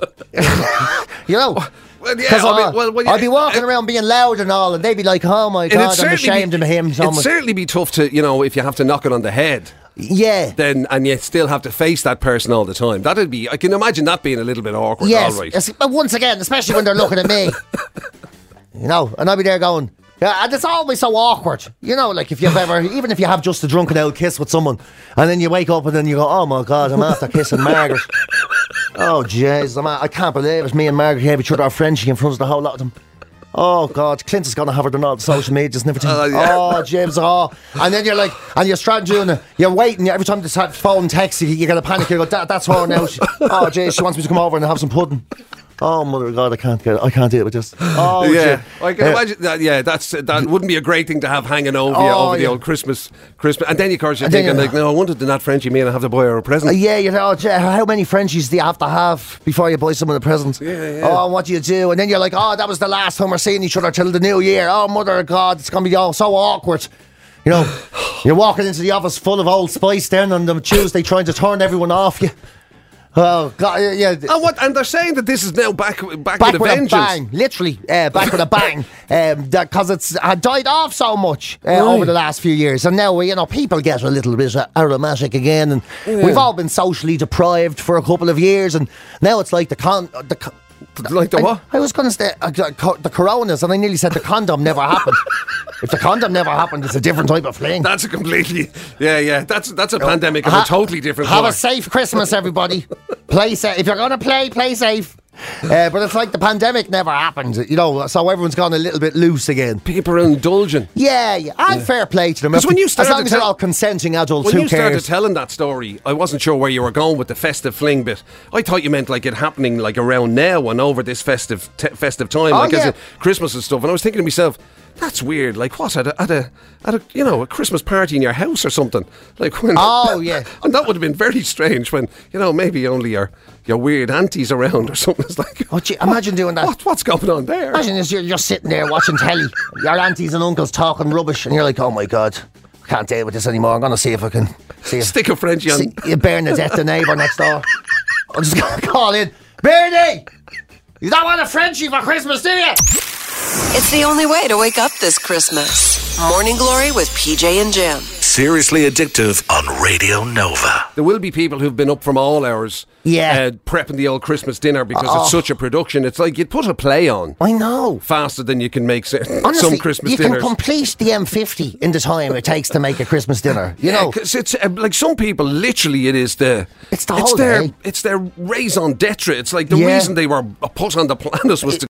S4: [laughs] you know.
S3: Well, yeah,
S4: 'Cause
S3: I mean,
S4: I'll,
S3: well, well,
S4: I'll be
S3: yeah,
S4: walking
S3: uh,
S4: around being loud and all, and they'd be like, "Oh my
S3: and it'd
S4: god, I'm
S3: certainly
S4: ashamed
S3: be,
S4: of him." so
S3: It'd
S4: much."
S3: certainly be tough to, you know, if you have to knock it on the head,
S4: yeah,
S3: then and you still have to face that person all the time. That'd be, I can imagine that being a little bit awkward.
S4: Yes,
S3: all right.
S4: yes, but once again, especially when they're looking at me, you know, and I'll be there going, yeah, and it's always so awkward, you know, like if you've ever, even if you have just a drunken old kiss with someone, and then you wake up and then you go, oh my god, I'm after kissing Margaret. oh jeez, I'm a- I can't believe it. Me and Margaret gave each other our friendship in front of the whole lot of them. Oh God, Clint is gonna have her done all the social medias and everything.
S3: Oh, yeah.
S4: Oh, James, oh, and then you're like, and you're trying to doing it. You're waiting every time this phone texts you, you're gonna panic. You go, that, that's her now. She, oh, James, she wants me to come over and have some pudding. Oh mother of God, I can't get, it. I can't deal with this. Oh
S3: [laughs] yeah,
S4: Jim.
S3: I can
S4: Yeah.
S3: imagine that. Yeah, that's that wouldn't be a great thing to have hanging over you
S4: Oh,
S3: over the
S4: yeah.
S3: old Christmas, Christmas, and then of course you're
S4: And then
S3: thinking
S4: you're-
S3: like, no, I wanted to not Frenchie me and I have to buy her a present.
S4: Uh, Yeah, you know, oh, Jay, how many Frenchies do you have to have before you buy someone a present?
S3: yeah.
S4: Oh, and what do you do? And then you're like, oh, that was the last time we're seeing each other till the new year. Oh, mother of God, it's going to be all so awkward.
S3: [sighs]
S4: You know, you're walking into the office full of old spice then on the Tuesday trying to turn everyone off you. Oh, God, yeah, yeah.
S3: And what? And they're saying that this is now back, back,
S4: Back
S3: with
S4: with
S3: a
S4: a
S3: vengeance.
S4: bang, literally uh, back with
S3: [laughs]
S4: a bang, because it's had died off so much uh, over the last few years, and now you know people get a little bit uh, aromatic again, and we've all been socially deprived for a couple of years, and now it's like the con uh, the. co-
S3: Like the
S4: I-
S3: what?
S4: I, was going to say uh, co- co- the coronas, and I nearly said the condom never
S3: [laughs]
S4: happened. if the condom never happened, it's a different type of fling.
S3: That's a completely, yeah, yeah. That's that's a pandemic of
S4: Ha-
S3: a totally different.
S4: Have
S3: colour.
S4: a safe Christmas, everybody. play safe. If you're going to play, play safe. Uh, but it's like the pandemic never happened, you know, so everyone's gone a little bit loose again.
S3: People are indulging.
S4: Yeah, yeah. And fair play to them.
S3: 'Cause when you
S4: as
S3: started
S4: long as they're
S3: tell-
S4: all consenting adults,
S3: When
S4: who
S3: you started
S4: cares?
S3: telling that story, I wasn't sure where you were going with the festive fling bit. I thought you meant like it happening like around now and over this festive t- festive time,
S4: Oh,
S3: like as
S4: yeah.
S3: in Christmas and stuff. And I was thinking to myself, that's weird. Like what at a, at a at a you know a Christmas party in your house or something? Like when
S4: Oh, yeah.
S3: [laughs] and that would have been very strange when you know maybe only your your weird aunties around or something. It's like
S4: Oh, gee, imagine doing that.
S3: What what's going on there?
S4: Imagine this, you're just sitting there watching telly, your aunties and uncles talking rubbish, and you're like, oh my God, I can't deal with this anymore. I'm going to see if I can see if,
S3: Stick a Frenchie on.
S4: see, yeah, Bernadette, the neighbour next door. I'm just going to [laughs] call in, Bernie, you don't want a Frenchie for Christmas, do you?
S1: It's the only way to wake up this Christmas. Morning Glory with PJ and Jim.
S2: Seriously addictive on Radio Nova.
S3: There will be people who've been up from all hours,
S4: Yeah. Oh.
S3: uh, prepping the old Christmas dinner because it's such a production. It's like you'd put a play on
S4: I know.
S3: faster than you can make se- [laughs]
S4: Honestly,
S3: some Christmas
S4: you
S3: dinners.
S4: can complete the M50 in the time it takes to make a Christmas dinner. You know,
S3: 'cause it's uh, like some people literally it is the
S4: It's the whole
S3: their
S4: day.
S3: it's their raison d'être. It's like the
S4: Yeah.
S3: reason they were put on the planet was to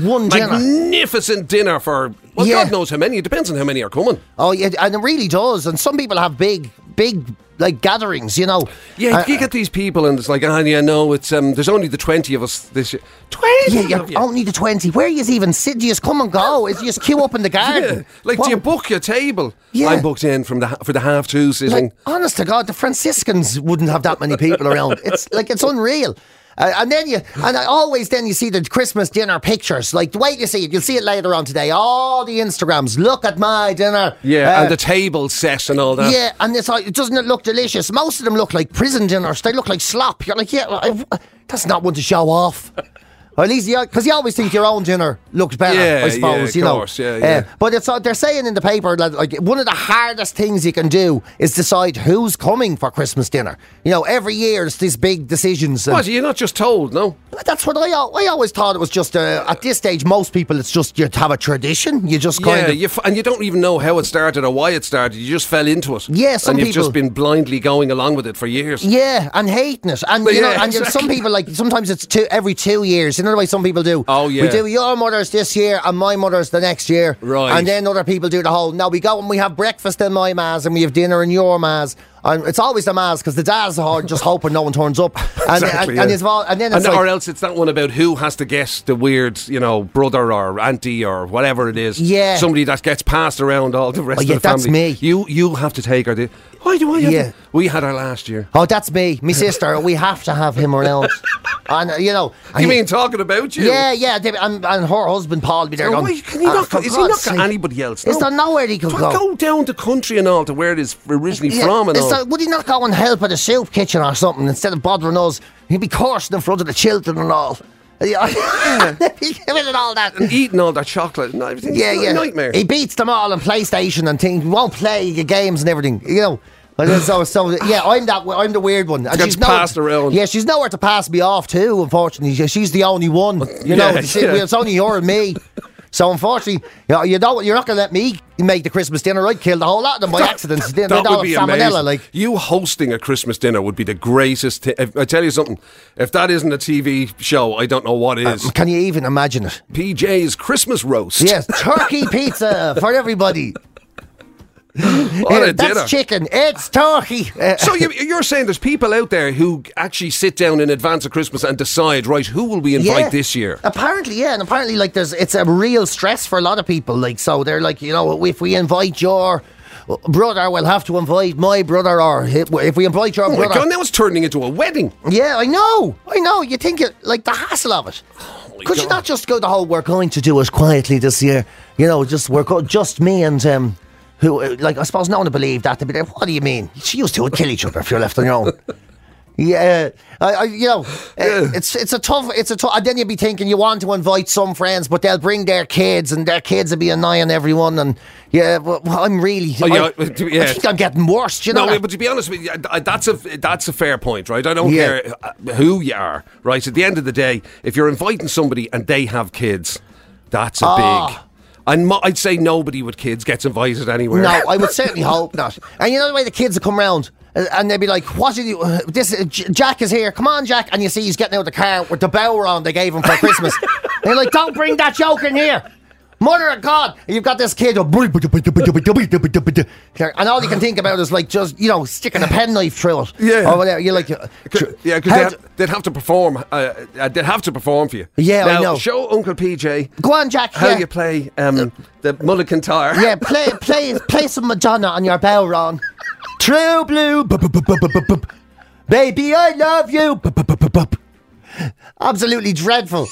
S4: one dinner.
S3: magnificent dinner for well,
S4: Yeah.
S3: God knows how many. It depends on how many are coming.
S4: Oh, yeah, and it really does. And some people have big, big like gatherings. You know.
S3: Yeah,
S4: Uh,
S3: you get these people, and it's like, ah, yeah, no, it's um, there's only the twenty of us this year. Twenty
S4: Yeah, oh,
S3: of
S4: you
S3: you.
S4: only the 20. Where you even sit? You just come and go. It's just queue up in the
S3: [laughs]
S4: garden.
S3: Yeah. Like,
S4: What-
S3: do you book your table?
S4: Yeah.
S3: I'm booked in from the ha- for the half two sitting.
S4: Like, honest to God, the Franciscans wouldn't have that many people around. It's like it's unreal. Uh, and then you, and I always then you see the Christmas dinner pictures. Like the way you see it, you'll see it later on today. All the Instagrams. Look at my dinner.
S3: yeah,
S4: Uh,
S3: and the table set and all that.
S4: yeah, and it's like, doesn't it look delicious? Most of them look like prison dinners. They look like slop. You're like, yeah, I, that's not one to show off. Or at least, because you always think your own dinner looks better.
S3: Yeah,
S4: I
S3: yeah,
S4: suppose
S3: of
S4: you know.
S3: course, yeah, yeah.
S4: but it's uh, they're saying in the paper that like one of the hardest things you can do is decide who's coming for Christmas dinner. You know, every year it's these big decisions. and-
S3: What? You're not just told, no?
S4: that's what I, al- I always thought it was just uh, at this stage. Most people, it's just you have a tradition. You just kind
S3: yeah,
S4: of
S3: you f- and you don't even know how it started or why it started. You just fell into it.
S4: Yeah, some
S3: and you've
S4: people-
S3: just been blindly going along with it for years.
S4: Yeah, and hating it, and
S3: Well,
S4: you know,
S3: yeah,
S4: and you- some
S3: exactly.
S4: people like sometimes it's two every two years. You know the way some people do.
S3: Oh, yeah.
S4: we do your mother's this year and my mother's the next year,
S3: Right.
S4: And then other people do the whole. Now we go and we have breakfast in my ma's and we have dinner in your ma's, and it's always the ma's because the dad's are just hoping no one
S3: [laughs]
S4: turns up, and
S3: Exactly,
S4: and,
S3: yeah.
S4: and, it's all, and then it's
S3: And-
S4: like,
S3: or else it's that one about who has to guess the weird, you know, brother or auntie or whatever it is.
S4: Yeah.
S3: somebody that gets passed around all the rest
S4: Oh, yeah,
S3: of the
S4: that's
S3: family.
S4: me.
S3: You you have to take her. Do, why do I? Have
S4: Yeah.
S3: to, we had her last year.
S4: oh, that's me, my sister. we have to have him
S3: [laughs]
S4: around, and uh, you know, and
S3: You
S4: he-
S3: mean talking about you?
S4: Yeah, yeah, they- and, and her husband Paul be there.
S3: Now,
S4: going,
S3: why can he
S4: "Ah,
S3: not?
S4: for
S3: go- is he
S4: God's
S3: not got
S4: sake."
S3: anybody else?
S4: Is
S3: No.
S4: there nowhere he could
S3: Try-
S4: go?
S3: down the country and all to where it is originally
S4: Yeah,
S3: from and
S4: it's
S3: all.
S4: like, would he not go and help at a soup kitchen or something instead of bothering us? He'd be coursing in front of the children and all. [laughs] Yeah, he'd be doing all that.
S3: and eating all that chocolate and everything.
S4: Yeah,
S3: It's
S4: yeah.
S3: A nightmare.
S4: He beats them all on PlayStation and things. Won't play your games and everything. You know. But it's so, so yeah, I'm that. I'm the weird one. And
S3: Gets passed around.
S4: Yeah, she's nowhere to pass me off too. Unfortunately, She- she's the only one. You know,
S3: Yeah,
S4: it's,
S3: yeah.
S4: it's only her and me. So unfortunately, you know, you don't, you're not going to let me make the Christmas dinner. I'd kill the whole lot of them by accident.
S3: [laughs]
S4: They'd
S3: That
S4: all
S3: would be
S4: have
S3: amazing.
S4: salmonella, like.
S3: you hosting a Christmas dinner would be the greatest. T- if, I tell you something, if that isn't a TV show, I don't know what is.
S4: Can you even imagine it?
S3: PJ's Christmas roast.
S4: Um, Yes,
S3: [laughs]
S4: turkey pizza for everybody.
S3: what
S4: Uh,
S3: a
S4: that's
S3: dinner.
S4: chicken. It's turkey. Uh,
S3: so you, you're saying there's people out there who actually sit down in advance of Christmas and decide, right, who will we invite this year?
S4: Uh, Apparently, yeah, and apparently, like, there's it's a real stress for a lot of people. Like, so they're like, you know, if we invite your brother, we'll have to invite my brother, or if if we invite your
S3: Oh my
S4: brother,
S3: God, now it's turning into a wedding.
S4: yeah, I know, I know. You think it like the hassle of it? Could you
S3: God.
S4: not just go the whole? We're going to do it quietly this year. You know, just we're go- just me and um, who uh, like I suppose no one would believe that. They'd be like, what do you mean? She used to would kill each other if you're left on your own. [laughs] Yeah, I, I, you know, uh, it's it's a tough, it's a tough. And then you'd be thinking you want to invite some friends, but they'll bring their kids, and their kids will be annoying everyone. And yeah, well, well, I'm really,
S3: Oh, yeah,
S4: I,
S3: uh, yeah.
S4: I think I'm getting worse. do You know,
S3: No,
S4: that?
S3: but to be honest with you, I- I- that's a that's a fair point, right? I don't
S4: Yeah.
S3: care uh, who you are, right? At the end of the day, if you're inviting somebody and they have kids, that's a big.
S4: Ah.
S3: And mo- I'd say nobody with kids gets invited anywhere.
S4: No, I would certainly
S3: [laughs]
S4: hope not. And you know the way the kids will come round uh, and they'd be like, "What did you? Uh, this uh, J- Jack is here. Come on, Jack!" And you see he's getting out of the car with the bower on they gave him
S3: [laughs]
S4: for Christmas. and you're like, "Don't bring that joke in here." Mother of God! [laughs] And You've got this kid, and all you can think about is like just you know sticking a penknife through it,
S3: Yeah.
S4: or whatever. You're like, uh, tr-
S3: yeah,
S4: how
S3: because
S4: d-
S3: they'd, they'd have to perform. Uh, uh, they'd have to perform for you.
S4: Yeah, I
S3: Now,
S4: know.
S3: Show Uncle PJ
S4: go on, Jack.
S3: how
S4: yeah. Uh,
S3: you play um, the Mulligan Tire.
S4: Yeah, play play play some Madonna on your bell, Ron. True blue, bu- bu- bu- bu- bu- bu- bu- baby, I love you. bu- bu- bu- bu- bu- bu- Absolutely dreadful.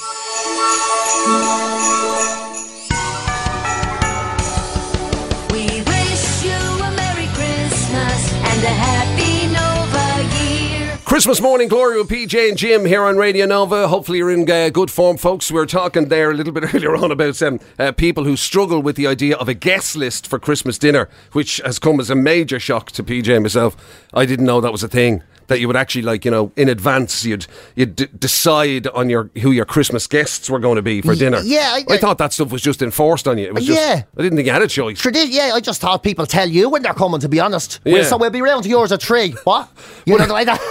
S5: We wish you a Merry Christmas and a Happy Nova Year.
S3: Christmas morning glory with PJ and Jim here on Radio Nova. Hopefully, you're in uh, good form, folks. We were talking there a little bit [laughs] earlier on about um, uh, people who struggle with the idea of a guest list for Christmas dinner, which has come as a major shock to PJ and myself. I didn't know that was a thing. That you would actually like, you know, in advance, you'd you'd d- decide on your who your Christmas guests were going to be for dinner.
S4: yeah, I-
S3: I, thought that stuff was just enforced on you. It was just,
S4: Yeah.
S3: I didn't think you had a choice.
S4: Tradi- yeah, I just thought people tell you when they're coming, to be honest. Well,
S3: Yeah.
S4: so we'll be round to yours at three. What? You know, like that.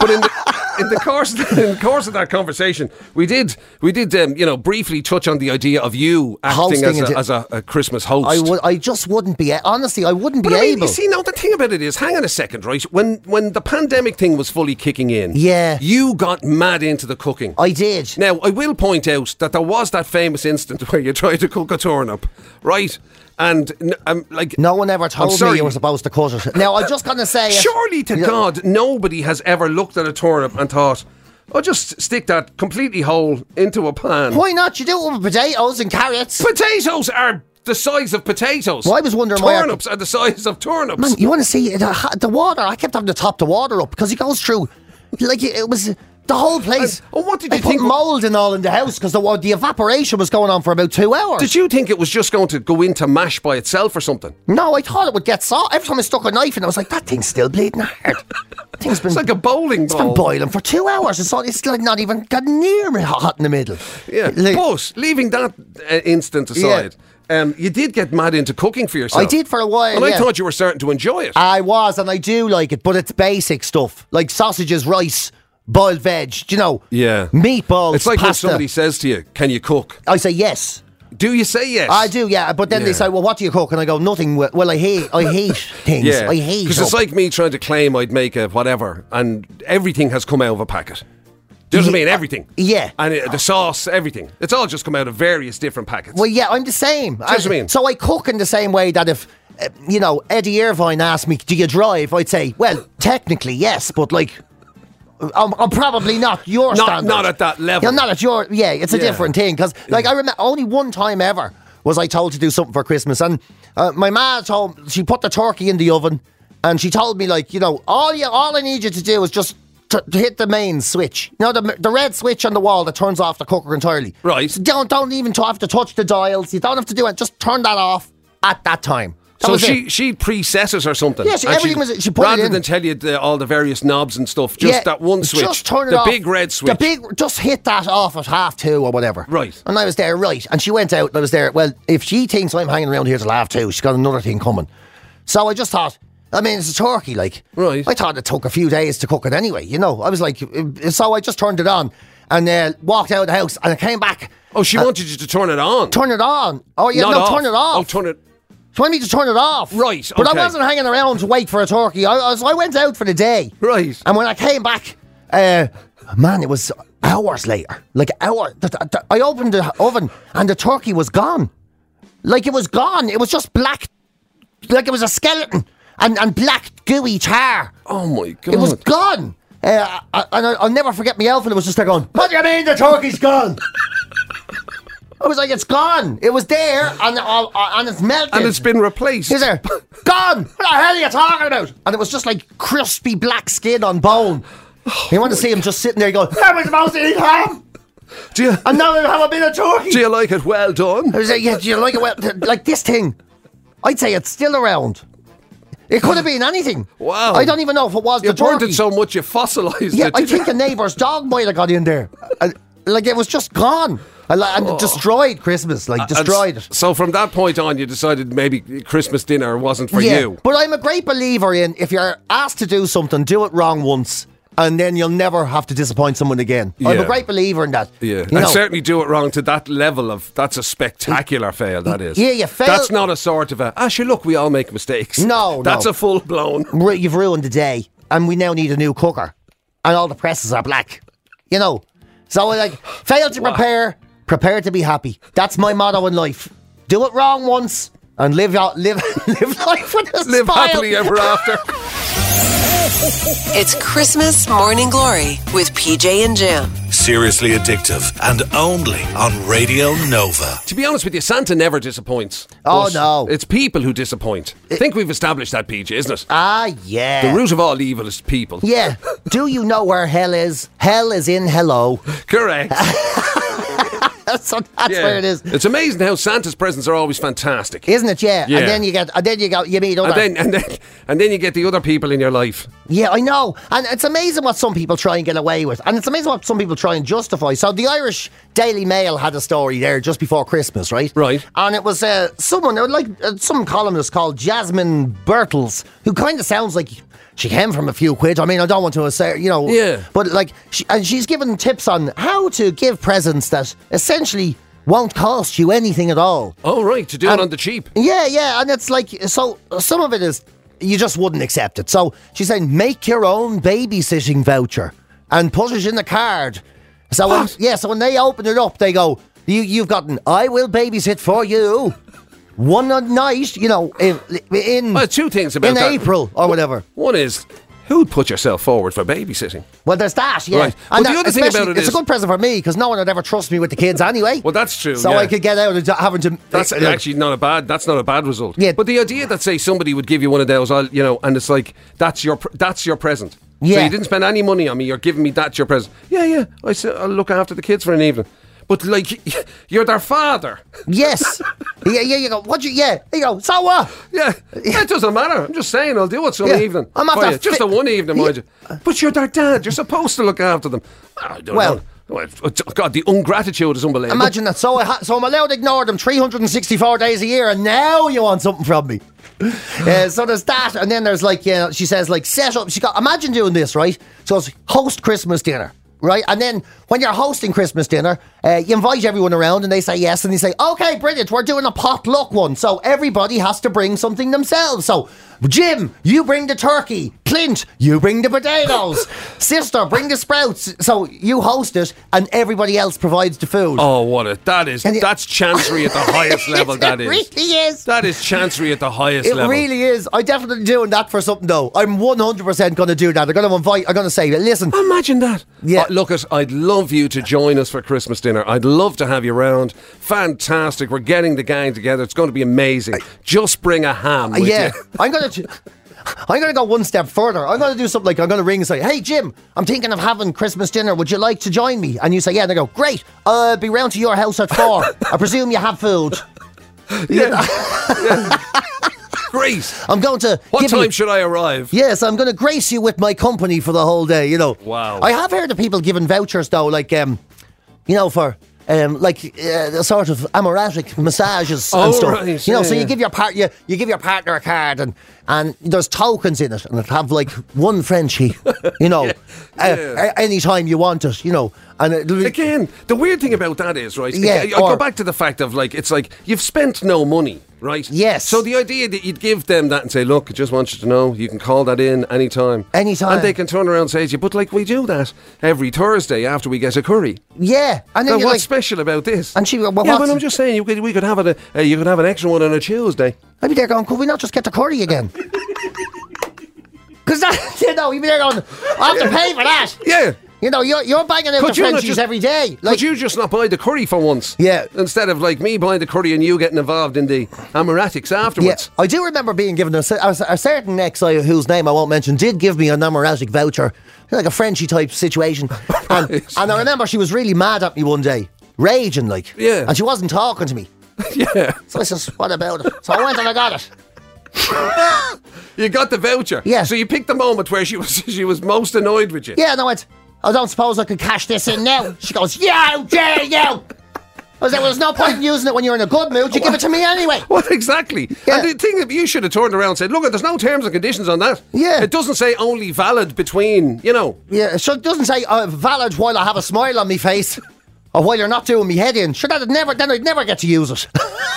S3: but in the, in the course [laughs] in the course of that conversation, we did we did um, you know briefly touch on the idea of you acting
S4: Hosting
S3: as
S4: it.
S3: a, as a, a Christmas host.
S4: [laughs] I, would, I just wouldn't be, a- honestly, I wouldn't
S3: But
S4: be
S3: I mean,
S4: able.
S3: you see, now the thing about it is, hang on a second, right? When when the pandemic thing was fully kicking in,
S4: Yeah.
S3: you got mad into the cooking.
S4: I did.
S3: Now, I will point out that there was that famous instant [laughs] where you tried to cook a turnip, right? And n- um, like,
S4: No one ever
S3: I'm
S4: told me
S3: sorry.
S4: you were supposed to cut it. Now, I'm just going
S3: [laughs]
S4: to say. it.
S3: Surely to
S4: Yeah.
S3: God, nobody has ever looked at a turnip and thought, "I'll just stick that completely whole into a pan."
S4: Why not? You do it with potatoes and carrots.
S3: Potatoes are the size of potatoes.
S4: Well, I was wondering why I-
S3: turnips are the size of turnips.
S4: Man, you want to see the, the water? I kept having to top the water up because it goes through. Like, it was. The whole place.
S3: And- and what did
S4: They
S3: you
S4: put
S3: think-
S4: mould and all in the house because the, wa- the evaporation was going on for about two hours.
S3: Did you think it was just going to go into mash by itself or something?
S4: No, I thought it would get soft. Every time I stuck a knife in, I was like, that thing's still bleeding hard. Thing's been,
S3: It's like a bowling
S4: it's been
S3: ball.
S4: boiling for two hours. It's, all, it's like not even got near me hot in the middle.
S3: yeah.
S4: Like,
S3: but leaving that uh, instant aside, um, you did get mad into cooking for yourself.
S4: I did for a while,
S3: and I
S4: yeah. Uh,
S3: thought you were starting to enjoy it.
S4: I was, and I do like it, but it's basic stuff like sausages, rice, boiled veg. do You know,
S3: yeah.
S4: meatballs.
S3: It's like when
S4: pasta.
S3: somebody says to you, "Can you cook?"
S4: I say yes.
S3: Do you say yes?
S4: I do, yeah. But then
S3: Yeah.
S4: they say, "Well, what do you cook?" And I go, "Nothing." Well, well, I hate,
S3: [laughs]
S4: I hate things.
S3: Yeah,
S4: I hate.
S3: because it's
S4: up.
S3: like me trying to claim I'd make a whatever, and everything has come out of a packet. Do you know what I
S4: Yeah,
S3: mean?
S4: uh,
S3: Everything.
S4: yeah.
S3: and it, the sauce, everything. It's all just come out of various different packets.
S4: Well, yeah, I'm the same.
S3: what you mean?
S4: So I cook in the same way that if, uh, you know, Eddie Irvine asked me, do you drive? I'd say, well, technically, yes, but like, I'm, I'm probably not your
S3: Not-
S4: standard.
S3: not at that level.
S4: You're not at your, yeah, it's a
S3: Yeah.
S4: different thing. Because, like, I remember only one time ever was I told to do something for Christmas. And uh, my ma told, she put the turkey in the oven and she told me, like, you know, all you, all I need you to do is just t- to hit the main switch. You know, the, the red switch on the wall that turns off the cooker entirely.
S3: Right.
S4: So don't don't even t- have to touch the dials. You don't have to do it. Just turn that off at that time. That
S3: so
S4: was
S3: she
S4: it.
S3: she preset it or something.
S4: Yeah, she-
S3: and
S4: everything was- she put it
S3: rather
S4: in.
S3: than tell you the, all the various knobs and stuff, just
S4: Yeah,
S3: that one switch,
S4: Just turn it
S3: the
S4: off.
S3: big red switch.
S4: The big, just hit that off at half two or whatever.
S3: Right.
S4: And I was there, right. And she went out and I was there. Well, if she thinks I'm hanging around here till half two, she's got another thing coming. So I just thought, I mean, it's a turkey, like.
S3: Right.
S4: I thought it took a few days to cook it anyway, you know. I was like, uh, so I just turned it on and uh, walked out of the house and I came back.
S3: oh, she wanted you to turn it on.
S4: uh, Turn it on. Oh, yeah,
S3: Not
S4: no,
S3: off.
S4: turn it off.
S3: Oh, turn it.
S4: So I need to turn it off.
S3: Right,
S4: But
S3: okay.
S4: I wasn't hanging around to wait for a turkey. I, I, so I went out for the day.
S3: Right.
S4: And when I came back, uh, man, it was hours later. Like hour. The, the- the- I opened the oven and the turkey was gone. Like it was gone. It was just black. Like it was a skeleton and, and black gooey tar.
S3: Oh my god!
S4: It was gone. Uh, I- and I, I'll never forget my elephant. It was just like going, What do you mean the turkey's gone? [laughs] I was like, It's gone. It was there and, uh, uh, and it's melted.
S3: and it's been replaced.
S4: He's there. [laughs] Gone! What the hell are you talking about? And it was just like crispy black skin on bone.
S3: Oh
S4: You want to see him just sitting there going, How am I supposed to eat ham?
S3: Do you,
S4: And now I have a bit of turkey.
S3: do you like it well done?
S4: I was like, yeah, do you like it? Well, th- like this thing. I'd say it's still around. It could have been anything.
S3: Wow.
S4: I don't even know if it was
S3: You
S4: the turkey.
S3: burned it so much you fossilized
S4: Yeah,
S3: it.
S4: I
S3: didn't
S4: think a neighbour's dog might have got in there. And, like it was just gone. And, like, and it destroyed Christmas. Like
S3: Oh. And
S4: destroyed
S3: s-
S4: it.
S3: So from that point on, you decided maybe Christmas dinner wasn't for you.
S4: But I'm a great believer in if you're asked to do something, do it wrong once. And then you'll never have to disappoint someone again. I'm
S3: Yeah.
S4: a great believer in that.
S3: Yeah,
S4: You
S3: and
S4: know,
S3: certainly do it wrong to that level of that's a spectacular fail. That is.
S4: Yeah, you fail-
S3: That's not a sort of a. Ah, sure, look, we all make mistakes.
S4: No,
S3: that's
S4: no.
S3: a full blown.
S4: ru- you've ruined the day, and we now need a new cooker, and all the presses are black. You know, so like fail to prepare, prepare to be happy. That's my motto in life. Do it wrong once and live out, [laughs] live, live life with a
S3: [laughs] Live
S4: smile.
S3: happily ever after.
S4: [laughs]
S1: It's Christmas Morning Glory with PJ and Jim.
S2: seriously addictive and only on Radio Nova.
S3: To be honest with you, Santa never disappoints.
S4: Oh,
S3: But
S4: no.
S3: It's people who disappoint. I think we've established that, PJ, isn't it?
S4: Ah, yeah.
S3: The root of all evil is people.
S4: Yeah. Do you know where hell is? Hell is in hello.
S3: [laughs]
S4: [laughs]
S3: Correct.
S4: so that's
S3: Yeah.
S4: where it is.
S3: It's amazing how Santa's presents are always fantastic.
S4: Isn't it? Yeah.
S3: Yeah.
S4: And then you get, and then you go, you meet other.
S3: and then and then and then you get the other people in your life.
S4: yeah, I know. And it's amazing what some people try and get away with. And it's amazing what some people try and justify. So the Irish Daily Mail had a story there just before Christmas, right?
S3: Right.
S4: And it was uh, someone, uh, like uh, some columnist called Jasmine Bertels, who kind of sounds like she came from a few quid. I mean, I don't want to say, you know.
S3: Yeah.
S4: But like, she, and she's given tips on how to give presents that essentially won't cost you anything at all.
S3: Oh right, to do
S4: And-
S3: it on the cheap.
S4: Yeah, yeah, and it's like so. Some of it is you just wouldn't accept it. So she's saying make your own babysitting voucher and put it in the card. So when,
S3: What?
S4: yeah, so when they open it up, they go, "You you've gotten I will babysit for you." One a night, you know, in in,
S3: Well, two things about
S4: in
S3: that.
S4: April or whatever.
S3: One is who'd put yourself forward for babysitting?
S4: Well, there's that, yeah.
S3: Right. Well, the
S4: that-
S3: other thing about
S4: especially-
S3: it
S4: it's
S3: is-
S4: a good present for me because no one would ever trust me with the kids anyway.
S3: Well, that's true,
S4: So
S3: yeah.
S4: I could get out of having to.
S3: That's
S4: [laughs] uh,
S3: actually not a bad. That's not a bad result.
S4: Yeah.
S3: But the idea that say somebody would give you one of those, I'll, you know, and it's like that's your pr- that's your present. So
S4: Yeah.
S3: you didn't spend any money on me. You're giving me that's your present. Yeah, yeah. I said I'll look after the kids for an evening. But like, [laughs] you're their father. [laughs]
S4: Yes. yeah, yeah. You go. What you? Yeah. You go. So what?
S3: Yeah, it doesn't matter. I'm just saying, I'll do it some
S4: Yeah.
S3: evening.
S4: I'm after
S3: for you. just
S4: fi-
S3: a one evening, mind you. But you're their dad. You're supposed to look after them. I don't
S4: Well-
S3: know. Well, it's- God, the ungratitude is unbelievable.
S4: Imagine that. So, I ha- so I'm allowed to ignore them 364 days a year, and now you want something from [sighs] me. Uh, so there's that, and then there's like, you know, she says like set up. She got imagine doing this, right? So it's host Christmas dinner, right? And then when you're hosting Christmas dinner, uh, you invite everyone around, and they say yes, and they say, okay, brilliant, we're doing a potluck one, so everybody has to bring something themselves. So. Jim, you bring the turkey. Clint, you bring the [laughs] potatoes. Sister, bring the sprouts. So you host it, and everybody else provides the food.
S3: Oh, what a that is.
S4: And it-
S3: that's chancery
S4: [laughs]
S3: at the highest level.
S4: It
S3: That is.
S4: really is.
S3: That is chancery at the highest
S4: It
S3: level.
S4: really is. I'm definitely doing that for something though. I'm 100% going to do that. I'm going to invite. I'm going to say, listen.
S3: Imagine that.
S4: Yeah.
S3: Uh, look, at, I'd love you to join us for Christmas dinner. I'd love to have you round. Fantastic. We're getting the gang together. It's going to be amazing. Just bring a ham. With
S4: uh, yeah,
S3: You.
S4: [laughs] I'm going to. I'm going to go one step further. I'm going to do something like I'm going to ring and say, "Hey Jim, I'm thinking of having Christmas dinner. Would you like to join me?" And you say, "Yeah." And I go, "Great. I'll be round to your house at
S3: [laughs]
S4: four. I presume you have food. [laughs]
S3: Yeah. Great.
S4: I'm going to
S3: What
S4: give
S3: time
S4: you,
S3: should I arrive?
S4: Yes, I'm going to grace you with my company for the whole day. You know.
S3: Wow.
S4: I have heard of people giving vouchers though, like um, you know, for um, like uh, the sort of amoratic massages
S3: Oh,
S4: and stuff.
S3: right,
S4: you know,
S3: yeah,
S4: so you
S3: yeah.
S4: give your part, you, you give your partner a card, and and there's tokens in it, and it'll have like one Frenchie,
S3: [laughs]
S4: you know, uh,
S3: yeah.
S4: a- anytime you want it, you know, and it'll be,
S3: Again, the weird thing about that is, right?
S4: Yeah,
S3: I, I go
S4: or-
S3: back to the fact of like, it's like you've spent no money, right?
S4: Yes.
S3: So the idea that you'd give them that and say, look, I just want you to know you can call that in anytime.
S4: Anytime.
S3: And they can turn around and say to you, but like we do that every Thursday after we get a curry.
S4: yeah, and
S3: Now,
S4: then
S3: what's
S4: you're like,
S3: special about this?
S4: And she went, "Well,
S3: yeah,
S4: what's-
S3: but I'm just saying, you could, we could have it. A, uh, you could have an extra one on a Tuesday.
S4: I'd be there going, could we not just get the
S3: [laughs]
S4: curry again? Because that, [laughs] you know, you'd be there going, I have to pay for that.
S3: Yeah.
S4: You know, you're, you're banging out
S3: Could
S4: the
S3: you not
S4: Frenchies
S3: just-
S4: every day.
S3: could you just not buy the curry for once?
S4: Yeah.
S3: Instead of like me buying the curry and you getting involved in the amoratics
S4: Yeah,
S3: afterwards.
S4: I do remember being given a, cer- a, a certain ex I, whose name I won't mention did give me an amoralgic voucher, like a Frenchy
S3: [laughs]
S4: type situation. And,
S3: Right.
S4: and I remember she was really mad at me one day, raging like.
S3: Yeah.
S4: And she wasn't talking to me.
S3: [laughs] yeah.
S4: So I says, what about it? So I went and I got it.
S3: You got the voucher.
S4: Yeah.
S3: So you picked the moment where she was [laughs] she was most annoyed with you.
S4: Yeah, and I went, I don't suppose I could cash this in now. She goes, Yeah, yeah, yeah. I was like, well, there's no point in using it when you're in a good mood. You give it to me anyway.
S3: What exactly?
S4: Yeah.
S3: And the thing that you should have turned around and said, look, there's no terms and conditions on that.
S4: Yeah.
S3: It doesn't say only valid between, you know.
S4: Yeah, so it doesn't say uh, valid while I have a smile on my face or while you're not doing me head in. Sure, that'd never, then I'd never get to use it. [laughs]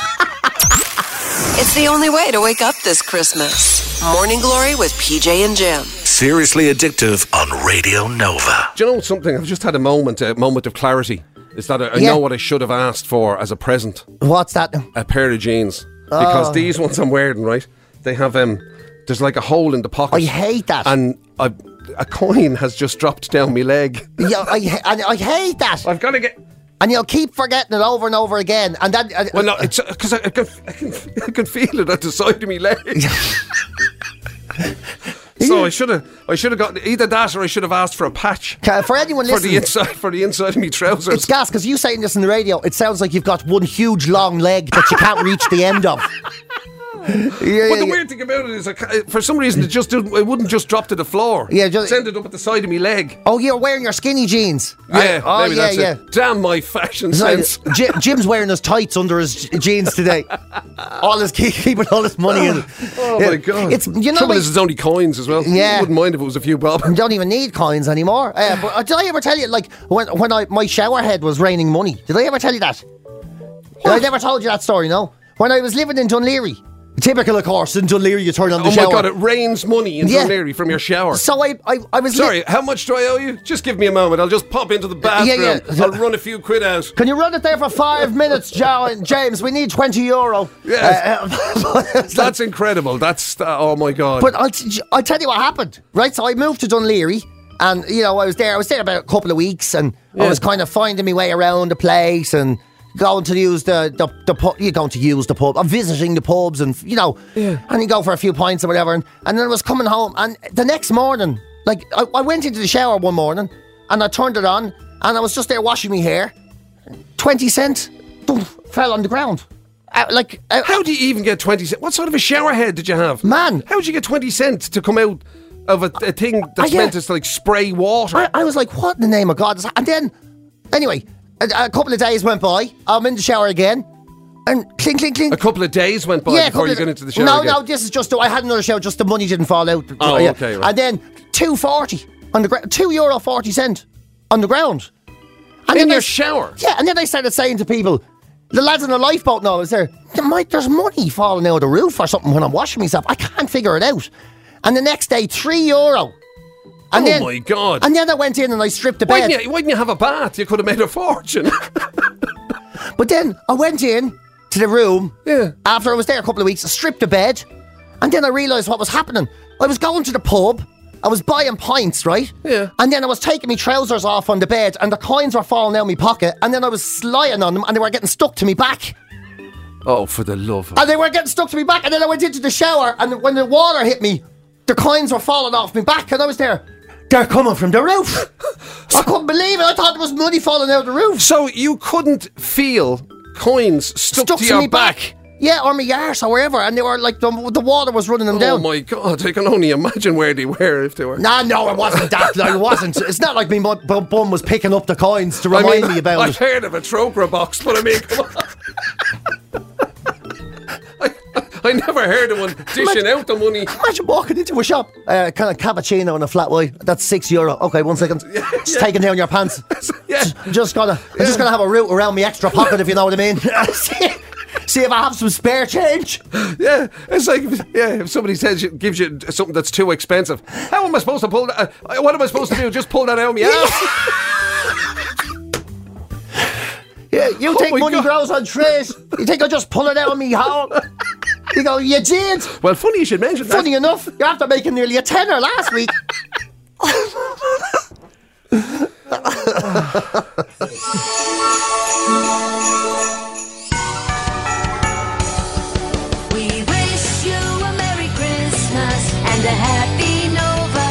S1: It's the only way to wake up this Christmas. Morning Glory with PJ and Jim.
S2: Seriously addictive on Radio Nova.
S3: Do you know something? I've just had a moment, a moment of clarity. Is that I, I
S4: Yeah.
S3: know what I should have asked for as a present.
S4: What's that?
S3: a pair of jeans
S4: Oh.
S3: because these
S4: Oh,
S3: ones I'm wearing, right? They have um, there's like a hole in the pocket.
S4: I hate that.
S3: And I, a coin has just dropped down my
S4: [laughs]
S3: leg.
S4: Yeah, I, ha- and I hate that.
S3: I've got to get.
S4: And you'll keep forgetting it over and over again. And then, uh,
S3: Well, no, it's because I, I, can, I, can, I can feel it at the side of my
S4: [laughs]
S3: leg. so I should have, I should have got either that, or I should have asked for a patch
S4: uh, for anyone
S3: for
S4: listening,
S3: the inside, for the inside of my trousers.
S4: it's gas because you saying this on the radio. It sounds like you've got one huge long leg that you can't reach the
S3: [laughs]
S4: end of. Yeah,
S3: But
S4: yeah,
S3: the weird thing about it is, I ca- for some reason, it just didn't, it wouldn't just drop to the floor.
S4: Yeah, just-
S3: it ended up at the side of my leg.
S4: Oh, you're wearing your skinny jeans.
S3: Yeah,
S4: I- oh,
S3: maybe
S4: yeah,
S3: that's
S4: yeah.
S3: it. Damn my fashion
S4: So,
S3: sense.
S4: Ji- Jim's wearing his tights under his j- jeans today. all his [laughs] key, keeping all his money in.
S3: [laughs] Oh
S4: Yeah.
S3: my god!
S4: It's you know
S3: trouble
S4: like,
S3: is it's only coins as well.
S4: Yeah.
S3: wouldn't mind if it was a few bob.
S4: you don't even need coins anymore. [sighs] Uh, but uh, did I ever tell you like when when I my shower head was raining money? Did I ever tell you that? I never told you that story. No, when I was living in Dunleary, typical of course in Dunleary, you turn on the
S3: Oh
S4: shower.
S3: my god! It rains money in
S4: Yeah.
S3: Dunleary from your shower.
S4: So I I, I was li-
S3: Sorry, how much do I owe you? Just give me a moment. I'll just pop into the
S4: Uh, yeah,
S3: bathroom.
S4: yeah. [laughs]
S3: I'll run a few quid out.
S4: Can you run it there for five minutes, Joe and James? We need twenty euro.
S3: Yes.
S4: Uh, [laughs] it's like-
S3: That's incredible. That's uh, oh my god.
S4: But I'll, t- I'll tell you what happened, right? So I moved to Dunleary and, you know, I was there. I was there about a couple of weeks and I was kind of finding my way around the place and going to use the, the, the pub. You're going to use the pub. I'm visiting the pubs and, you know, and you go for a few pints or whatever. And, and then I was coming home and the next morning, like, I, I went into the shower one morning and I turned it on and I was just there washing my hair. 20 cent boom, fell on the ground. Uh, like, uh,
S3: how do you even get twenty cents? What sort of a shower head did you have,
S4: Man. Uh,
S3: How did you get twenty cents to come out of a, a thing that's
S4: yeah. Uh,
S3: meant to like spray water?
S4: I, I was like, what in the name of God? is- And then, anyway, a, a couple of days went by. I'm in the shower again. And clink, clink, clink.
S3: a couple of days went by
S4: Yeah, a couple
S3: before you
S4: of-
S3: got into the shower.
S4: No,
S3: again.
S4: no, this is just, I had another shower, just the money didn't fall out.
S3: Oh,
S4: Yeah.
S3: okay, right.
S4: And then 240 on the ground, 2 euro 40 cent on the ground. And
S3: In
S4: then
S3: your
S4: I-
S3: shower?
S4: Yeah, and then I started saying to people, the lads in the lifeboat know I was there, "There might- there's money falling out of the roof or something when I'm washing myself. I can't figure it out. And the next day, 3 euro.
S3: Oh
S4: And then,
S3: my God.
S4: And then I went in and I stripped the
S3: Why
S4: bed.
S3: didn't, you, why didn't you have a bath? You could have made a [laughs] fortune.
S4: But then I went in to the room
S3: Yeah.
S4: after I was there a couple of weeks, I stripped the bed, and then I realised what was happening. I was going to the pub, I was buying pints, right?
S3: Yeah.
S4: And then I was taking my trousers off on the bed, and the coins were falling out of my pocket, and then I was sliding on them, and they were getting stuck to me back.
S3: oh, for the love of
S4: And they were getting stuck to me back, and then I went into the shower, and when the water hit me, the coins were falling off me back, and I was there. They're coming from the roof. I couldn't believe it. I thought there was money falling out of the roof.
S3: So you couldn't feel coins stuck,
S4: stuck
S3: to
S4: to,
S3: your
S4: me back. Yeah, or my arse or wherever, and they were like the, the water was running them
S3: Oh
S4: down.
S3: my god, I can only imagine where they were if they were.
S4: Nah, no, it wasn't that. Like, it wasn't. It's not like me mu- bu- bum was picking up the coins to remind me about
S3: I've
S4: it.
S3: heard of a trogra box, but I mean, come on. [laughs] I, I never heard of one dishing out the money.
S4: Imagine walking into a shop, uh, kind of cappuccino and a flat white. That's six euro. Okay,
S3: [laughs]
S4: one second. Just taking down your pants.
S3: Yeah.
S4: Just, just gonna, I'm just gonna have a route around my extra pocket if you know what
S3: [laughs]
S4: I mean. [laughs] see, see if I have some spare change.
S3: Yeah, it's like yeah. If somebody says you, gives you something that's too expensive, how am I supposed to pull? That, uh, what am I supposed to do? Just pull that [laughs] out of my ass?
S4: Yeah, you think
S3: Oh my
S4: money
S3: God.
S4: grows on trees? You think I'll just pull it out of me hole? You go, you did.
S3: Well, funny you should mention that.
S4: Funny enough, you're after making nearly a tenner last week.
S5: We wish you a Merry Christmas and a Happy Nova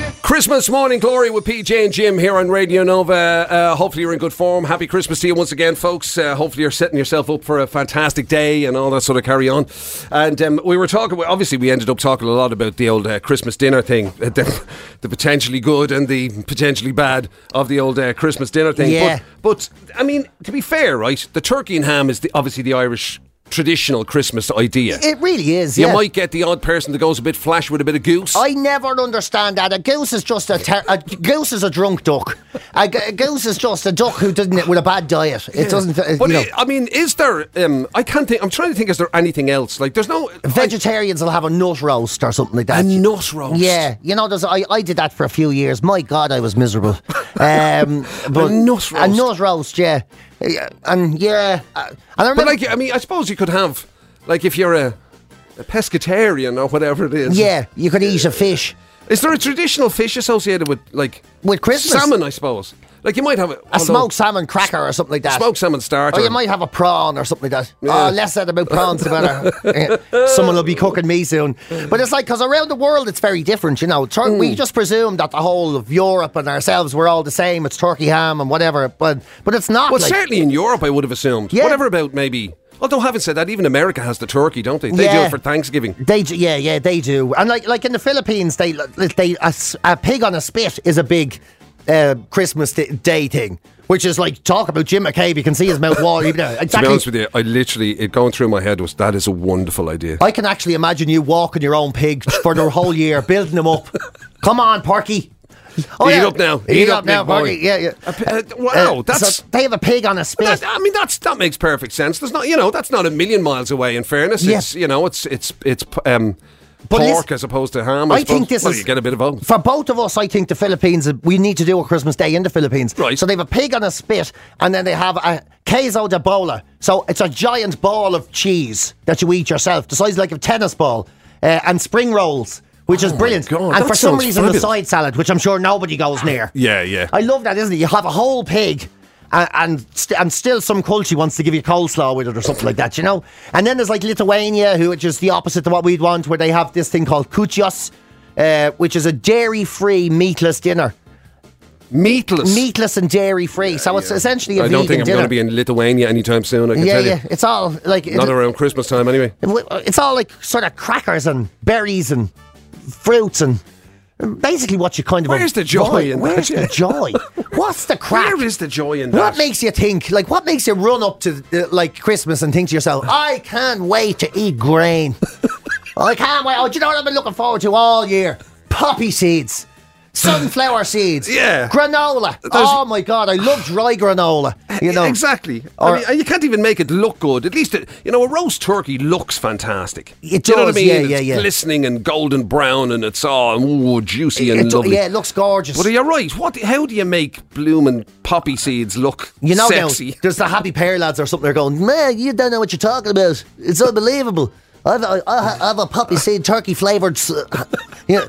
S5: Year.
S3: Christmas morning glory with PJ and Jim here on Radio Nova. Uh, hopefully you're in good form. Happy Christmas to you once again, folks. Uh, hopefully you're setting yourself up for a fantastic day and all that sort of carry on. And um, we were talking. Obviously, we ended up talking a lot about the old uh, Christmas dinner thing, [laughs] uh, the, the potentially good and the potentially bad of the old uh, Christmas dinner thing.
S4: Yeah.
S3: But, but I mean, to be fair, right? The turkey and ham is the, obviously the Irish traditional Christmas idea.
S4: It really is.
S3: you
S4: yeah.
S3: might get the odd person that goes a bit flash with a bit of goose.
S4: I never understand that. A goose is just a, ter- a goose is a drunk duck. A, g- a goose is just a duck who didn't with a bad diet. It doesn't. uh,
S3: But
S4: you know,
S3: I I mean, is there? Um, I can't think. I'm trying to think. Is there anything else? Like, there's no
S4: vegetarians will have a nut roast or something like
S3: a
S4: that.
S3: nut roast.
S4: yeah, you know, there's, I, I did that for a few years. My God, I
S3: [laughs]
S4: was miserable. Um, but
S3: nut
S4: A
S3: roast.
S4: nut roast, yeah. Yeah, And yeah, uh, and I remember
S3: But like, I mean, I suppose you could have, like, if you're a, a pescatarian or whatever it is.
S4: Yeah, you could eat a fish.
S3: Is there a traditional fish associated with like
S4: With Christmas?
S3: Salmon, I suppose. Like you might have a,
S4: A smoked salmon cracker or something like that.
S3: smoked salmon starter.
S4: Or you might have a prawn or something like that.
S3: Yeah.
S4: Oh, less said about prawns, the better.
S3: [laughs]
S4: Yeah. Someone will be cooking me soon. But it's like, because around the world it's very different, you know. Tur- We
S3: Mm.
S4: just presume that the whole of Europe and ourselves we're all the same. It's turkey ham and whatever. But but it's not.
S3: Well,
S4: like,
S3: certainly in Europe, I would have assumed.
S4: Yeah.
S3: Whatever about maybe. Although, having said that, even America has the turkey, don't they? They do
S4: Yeah.
S3: it for Thanksgiving.
S4: They do, yeah, yeah, they do. And like like in the Philippines, they they a, s- a pig on a spit is a big uh, Christmas di- day thing, which is like talk about Jim McCabe. You can see his mouth water. Even though-
S3: To be
S4: exactly.
S3: honest with you, I literally it going through my head was that is a wonderful idea.
S4: I can actually imagine you walking your own pig for the whole
S3: [laughs]
S4: year, building him up. Come on, Porky. Oh,
S3: Eat up now.
S4: Eat,
S3: Eat
S4: up,
S3: up,
S4: now,
S3: big boy.
S4: Porky. Yeah, yeah.
S3: A pi- uh, wow,
S4: so
S3: that's-
S4: they have a pig on a spit.
S3: That, I mean, that's that makes perfect sense. There's not, you know, that's not a million miles away. In fairness,
S4: Yeah.
S3: it's you know, it's it's it's um,
S4: But
S3: pork
S4: listen-
S3: as opposed to ham.
S4: I
S3: I, suppose.
S4: think this
S3: well,
S4: is-
S3: you get a bit of both.
S4: For both of us, I think the Philippines, uh, we need to do a Christmas Day in the Philippines.
S3: Right.
S4: So they have a pig on a spit, and then they have a queso de bola. So it's a giant ball of cheese that you eat yourself, the size like a tennis ball, uh, and spring rolls, which is brilliant.
S3: Oh God,
S4: and
S3: that
S4: for some
S3: sounds
S4: reason,
S3: fabulous.
S4: a side salad, which I'm sure nobody goes near.
S3: Yeah, yeah.
S4: I love that, isn't it? You have a whole pig. And and, st- and still, some culture wants to give you coleslaw with it or something like that, you know. And then there's like Lithuania, who which is the opposite to what we'd want, where they have this thing called kuchios, uh, which is a dairy-free meatless dinner,
S3: Meatless.
S4: meatless and dairy-free. so it's essentially
S3: I
S4: a vegan
S3: don't think I'm
S4: dinner.
S3: going to be in Lithuania anytime soon. I can
S4: yeah,
S3: tell
S4: yeah,
S3: you.
S4: it's all like it-
S3: Not around Christmas time, anyway.
S4: uh, it's all like sort of crackers and berries and fruits and uh, basically what you kind of
S3: Where's the joy
S4: avoid.
S3: in that?
S4: Where's the
S3: [laughs]
S4: joy? What's the crack?
S3: Where is the joy in
S4: What
S3: that?
S4: makes you think? Like, what makes you run up to uh, like Christmas and think to yourself, "I can't wait to eat grain. [laughs] I can't wait." Oh, do you know what I've been looking forward to all year? Poppy seeds,
S3: [laughs]
S4: sunflower seeds,
S3: Yeah.
S4: granola. oh my god, I love dry granola. You know
S3: exactly.
S4: Or-
S3: I mean, and you can't even make it look good. At least, it, you know, a roast turkey looks fantastic.
S4: It
S3: Do you know what I
S4: does,
S3: mean?
S4: yeah,
S3: it's
S4: yeah, yeah.
S3: Glistening and golden brown, and it's all ooh, juicy and
S4: It-
S3: lovely.
S4: yeah, it looks gorgeous.
S3: But are you right? What? How do you make bloomin' poppy seeds look
S4: You know, now,
S3: sexy?
S4: there's the happy pair lads or something. They're going, man, you don't know what you're talking about. It's unbelievable. I've I, I have a poppy seed turkey flavored. [laughs] yeah.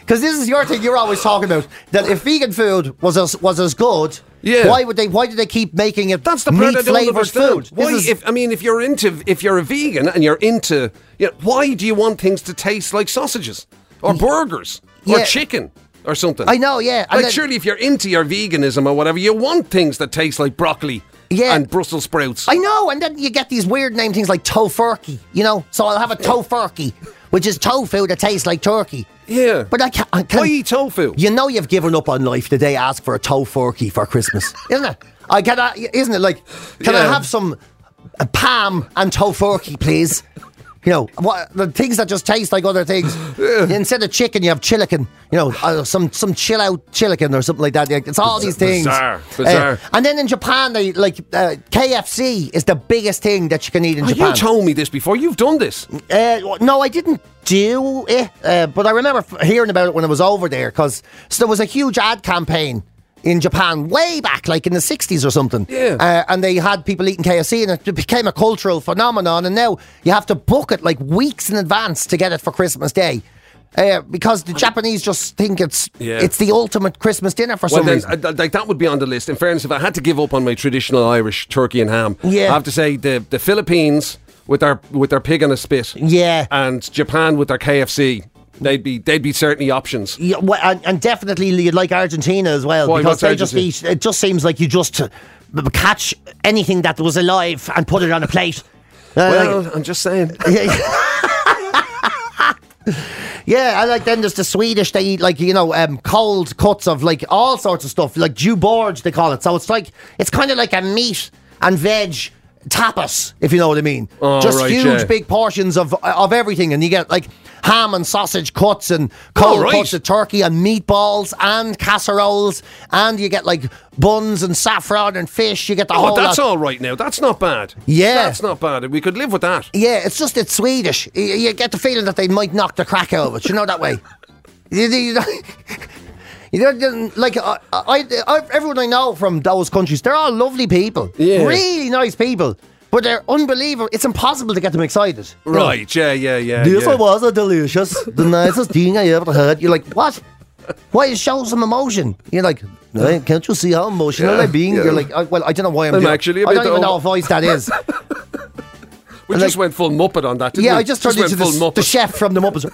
S4: Because this is your thing you're always talking about that if vegan food was as was as good,
S3: Yeah.
S4: why would they why do they keep making it
S3: That's the part
S4: meat
S3: I don't
S4: flavored
S3: understand.
S4: food?
S3: Why,
S4: This is-
S3: if I mean, if you're into, if you're a vegan and you're into, you know, why do you want things to taste like sausages or burgers
S4: yeah.
S3: or chicken or something?
S4: I know, yeah, and
S3: Like
S4: then-
S3: surely, if you're into your veganism or whatever, you want things that taste like broccoli
S4: Yeah.
S3: and Brussels sprouts.
S4: I know, and then you get these weird name things like tofurkey, you know. So I'll have a tofurkey, which is tofu that tastes like turkey.
S3: Yeah.
S4: but I can't. I can't
S3: Why eat tofu?
S4: You know you've given up on life the day ask for a tofurkey for Christmas, isn't it? I can I, isn't it like? Can I
S3: Yeah.
S4: have some uh, palm and tofurkey, please? You know what the things that just taste like other things. Instead of chicken, you have chilican. You know uh, some some chill out chilican or something like that. Like, It's all these things.
S3: bizarre,
S4: Uh,
S3: bizarre.
S4: and then in Japan, they like uh, KFC is the biggest thing that you can eat in
S3: Oh,
S4: Japan.
S3: you told me this before. You've done this.
S4: Uh, w- no, I didn't do it, uh, but I remember f- hearing about it when I was over there because there was a huge ad campaign in Japan way back, like in the 60s or something.
S3: Yeah.
S4: Uh, and they had people eating KFC and it became a cultural phenomenon. And now you have to book it like weeks in advance to get it for Christmas Day. Uh, because the Japanese just think it's
S3: Yeah.
S4: it's the ultimate Christmas dinner for
S3: Well,
S4: some
S3: then,
S4: reason.
S3: uh, th- like that would be on the list. In fairness, if I had to give up on my traditional Irish turkey and ham,
S4: Yeah.
S3: I have to say the the Philippines with their with their pig on a spit,
S4: Yeah.
S3: and Japan with their KFC, they'd be they'd be certainly options.
S4: Yeah, well, and, and definitely you'd like Argentina as well
S3: Why,
S4: because
S3: what's
S4: they just eat,
S3: Argentina?
S4: it just seems like you just uh, b- b- catch anything that was alive and put it on a plate. Uh,
S3: Well,
S4: like-
S3: I'm just
S4: [laughs]
S3: saying.
S4: yeah, and like then there's the Swedish. They eat like you know um, cold cuts of like all sorts of stuff, like juborge they call it. So it's like it's kind of like a meat and veg tapas, if you know what I mean.
S3: Oh,
S4: just
S3: right,
S4: huge,
S3: yeah.
S4: big portions of of everything, and you get like ham and sausage cuts and cold
S3: Oh, right.
S4: cuts of turkey and meatballs and casseroles, and you get like buns and saffron and fish. You get the
S3: Oh,
S4: whole.
S3: that's
S4: lot.
S3: all right now. That's not bad.
S4: Yeah.
S3: that's not bad. We could live with that.
S4: Yeah, it's just it's Swedish. You, you get the feeling that they might knock the crack out of it. You know that way. you, you- you know, [laughs] you know, then, like I, I, I, everyone I know from those countries, they're all lovely people.
S3: Yeah.
S4: really nice people. but they're unbelievable. It's impossible to get them excited.
S3: Right, yeah, yeah, yeah.
S4: This
S3: yeah.
S4: was a delicious, the nicest thing I ever had. You're like, what? Why it shows some emotion? You're like, "Hey, can't you see how emotional
S3: Yeah,
S4: I'm being?
S3: yeah.
S4: You're like, oh, well, I don't know why I'm,
S3: I'm
S4: doing.
S3: actually a bit
S4: I don't even
S3: over-
S4: know what voice that
S3: [laughs]
S4: is.
S3: We
S4: and
S3: just
S4: like-
S3: went full Muppet on that, didn't
S4: yeah,
S3: we?
S4: I just turned into
S3: went
S4: the,
S3: full
S4: the
S3: Muppet.
S4: chef from the Muppets.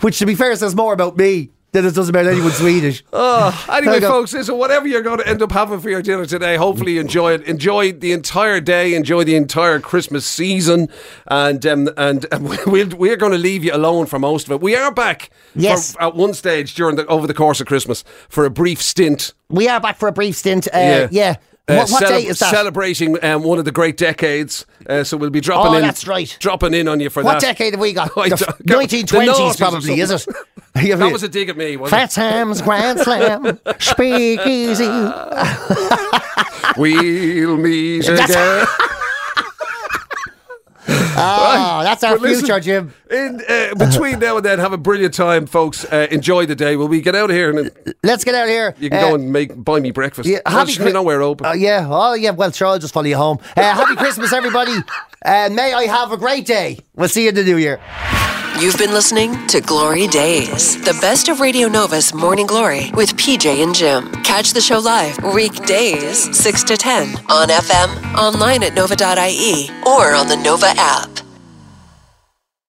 S4: Which, to be fair, says more about me than it does about
S3: [laughs]
S4: anyone Swedish.
S3: Oh,
S4: There
S3: anyway,
S4: you go.
S3: folks, listen, whatever you're going to end up having for your dinner today, hopefully you enjoy it. Enjoy the entire day, enjoy the entire Christmas season, and um, and um, [laughs] we'll, we're going to leave you alone for most of it. We are back
S4: Yes.
S3: for, at one stage during the, over the course of Christmas for a brief stint.
S4: We are back for a brief stint. Uh,
S3: Yeah.
S4: yeah.
S3: Uh,
S4: what what
S3: cele-
S4: date is that?
S3: Celebrating um, one of the great decades. Uh, so we'll be dropping
S4: Oh,
S3: in.
S4: that's right.
S3: Dropping in on you for
S4: what
S3: that.
S4: decade have we got?
S3: [laughs] I
S4: The
S3: don't-
S4: f- 1920s,
S3: the noughties or
S4: probably, is it?
S3: something. [laughs] That was a dig at me, wasn't
S4: Fat Sam's
S3: [laughs]
S4: Grand Slam, Speakeasy.
S3: it? we'll meet
S4: That's-
S3: again.
S4: Oh, that's our
S3: But listen,
S4: future, Jim.
S3: In, uh, between now and then, have a brilliant time, folks. Uh, enjoy the day. Will we get out of here and then
S4: Let's get out of here.
S3: you can
S4: Uh,
S3: go and make buy me breakfast?
S4: yeah,
S3: Well,
S4: happy
S3: should we
S4: Chri-
S3: know we're open?
S4: Uh, yeah. Oh, yeah. Well, sure. I'll just follow you home. Uh, happy Christmas, everybody. And may I have a great day. We'll see you in the new year.
S1: You've been listening to Glory Days, the best of Radio Nova's Morning Glory with PJ and Jim. Catch the show live weekdays 6 to 10 E, on FM, online at nova.ie, or on the Nova app.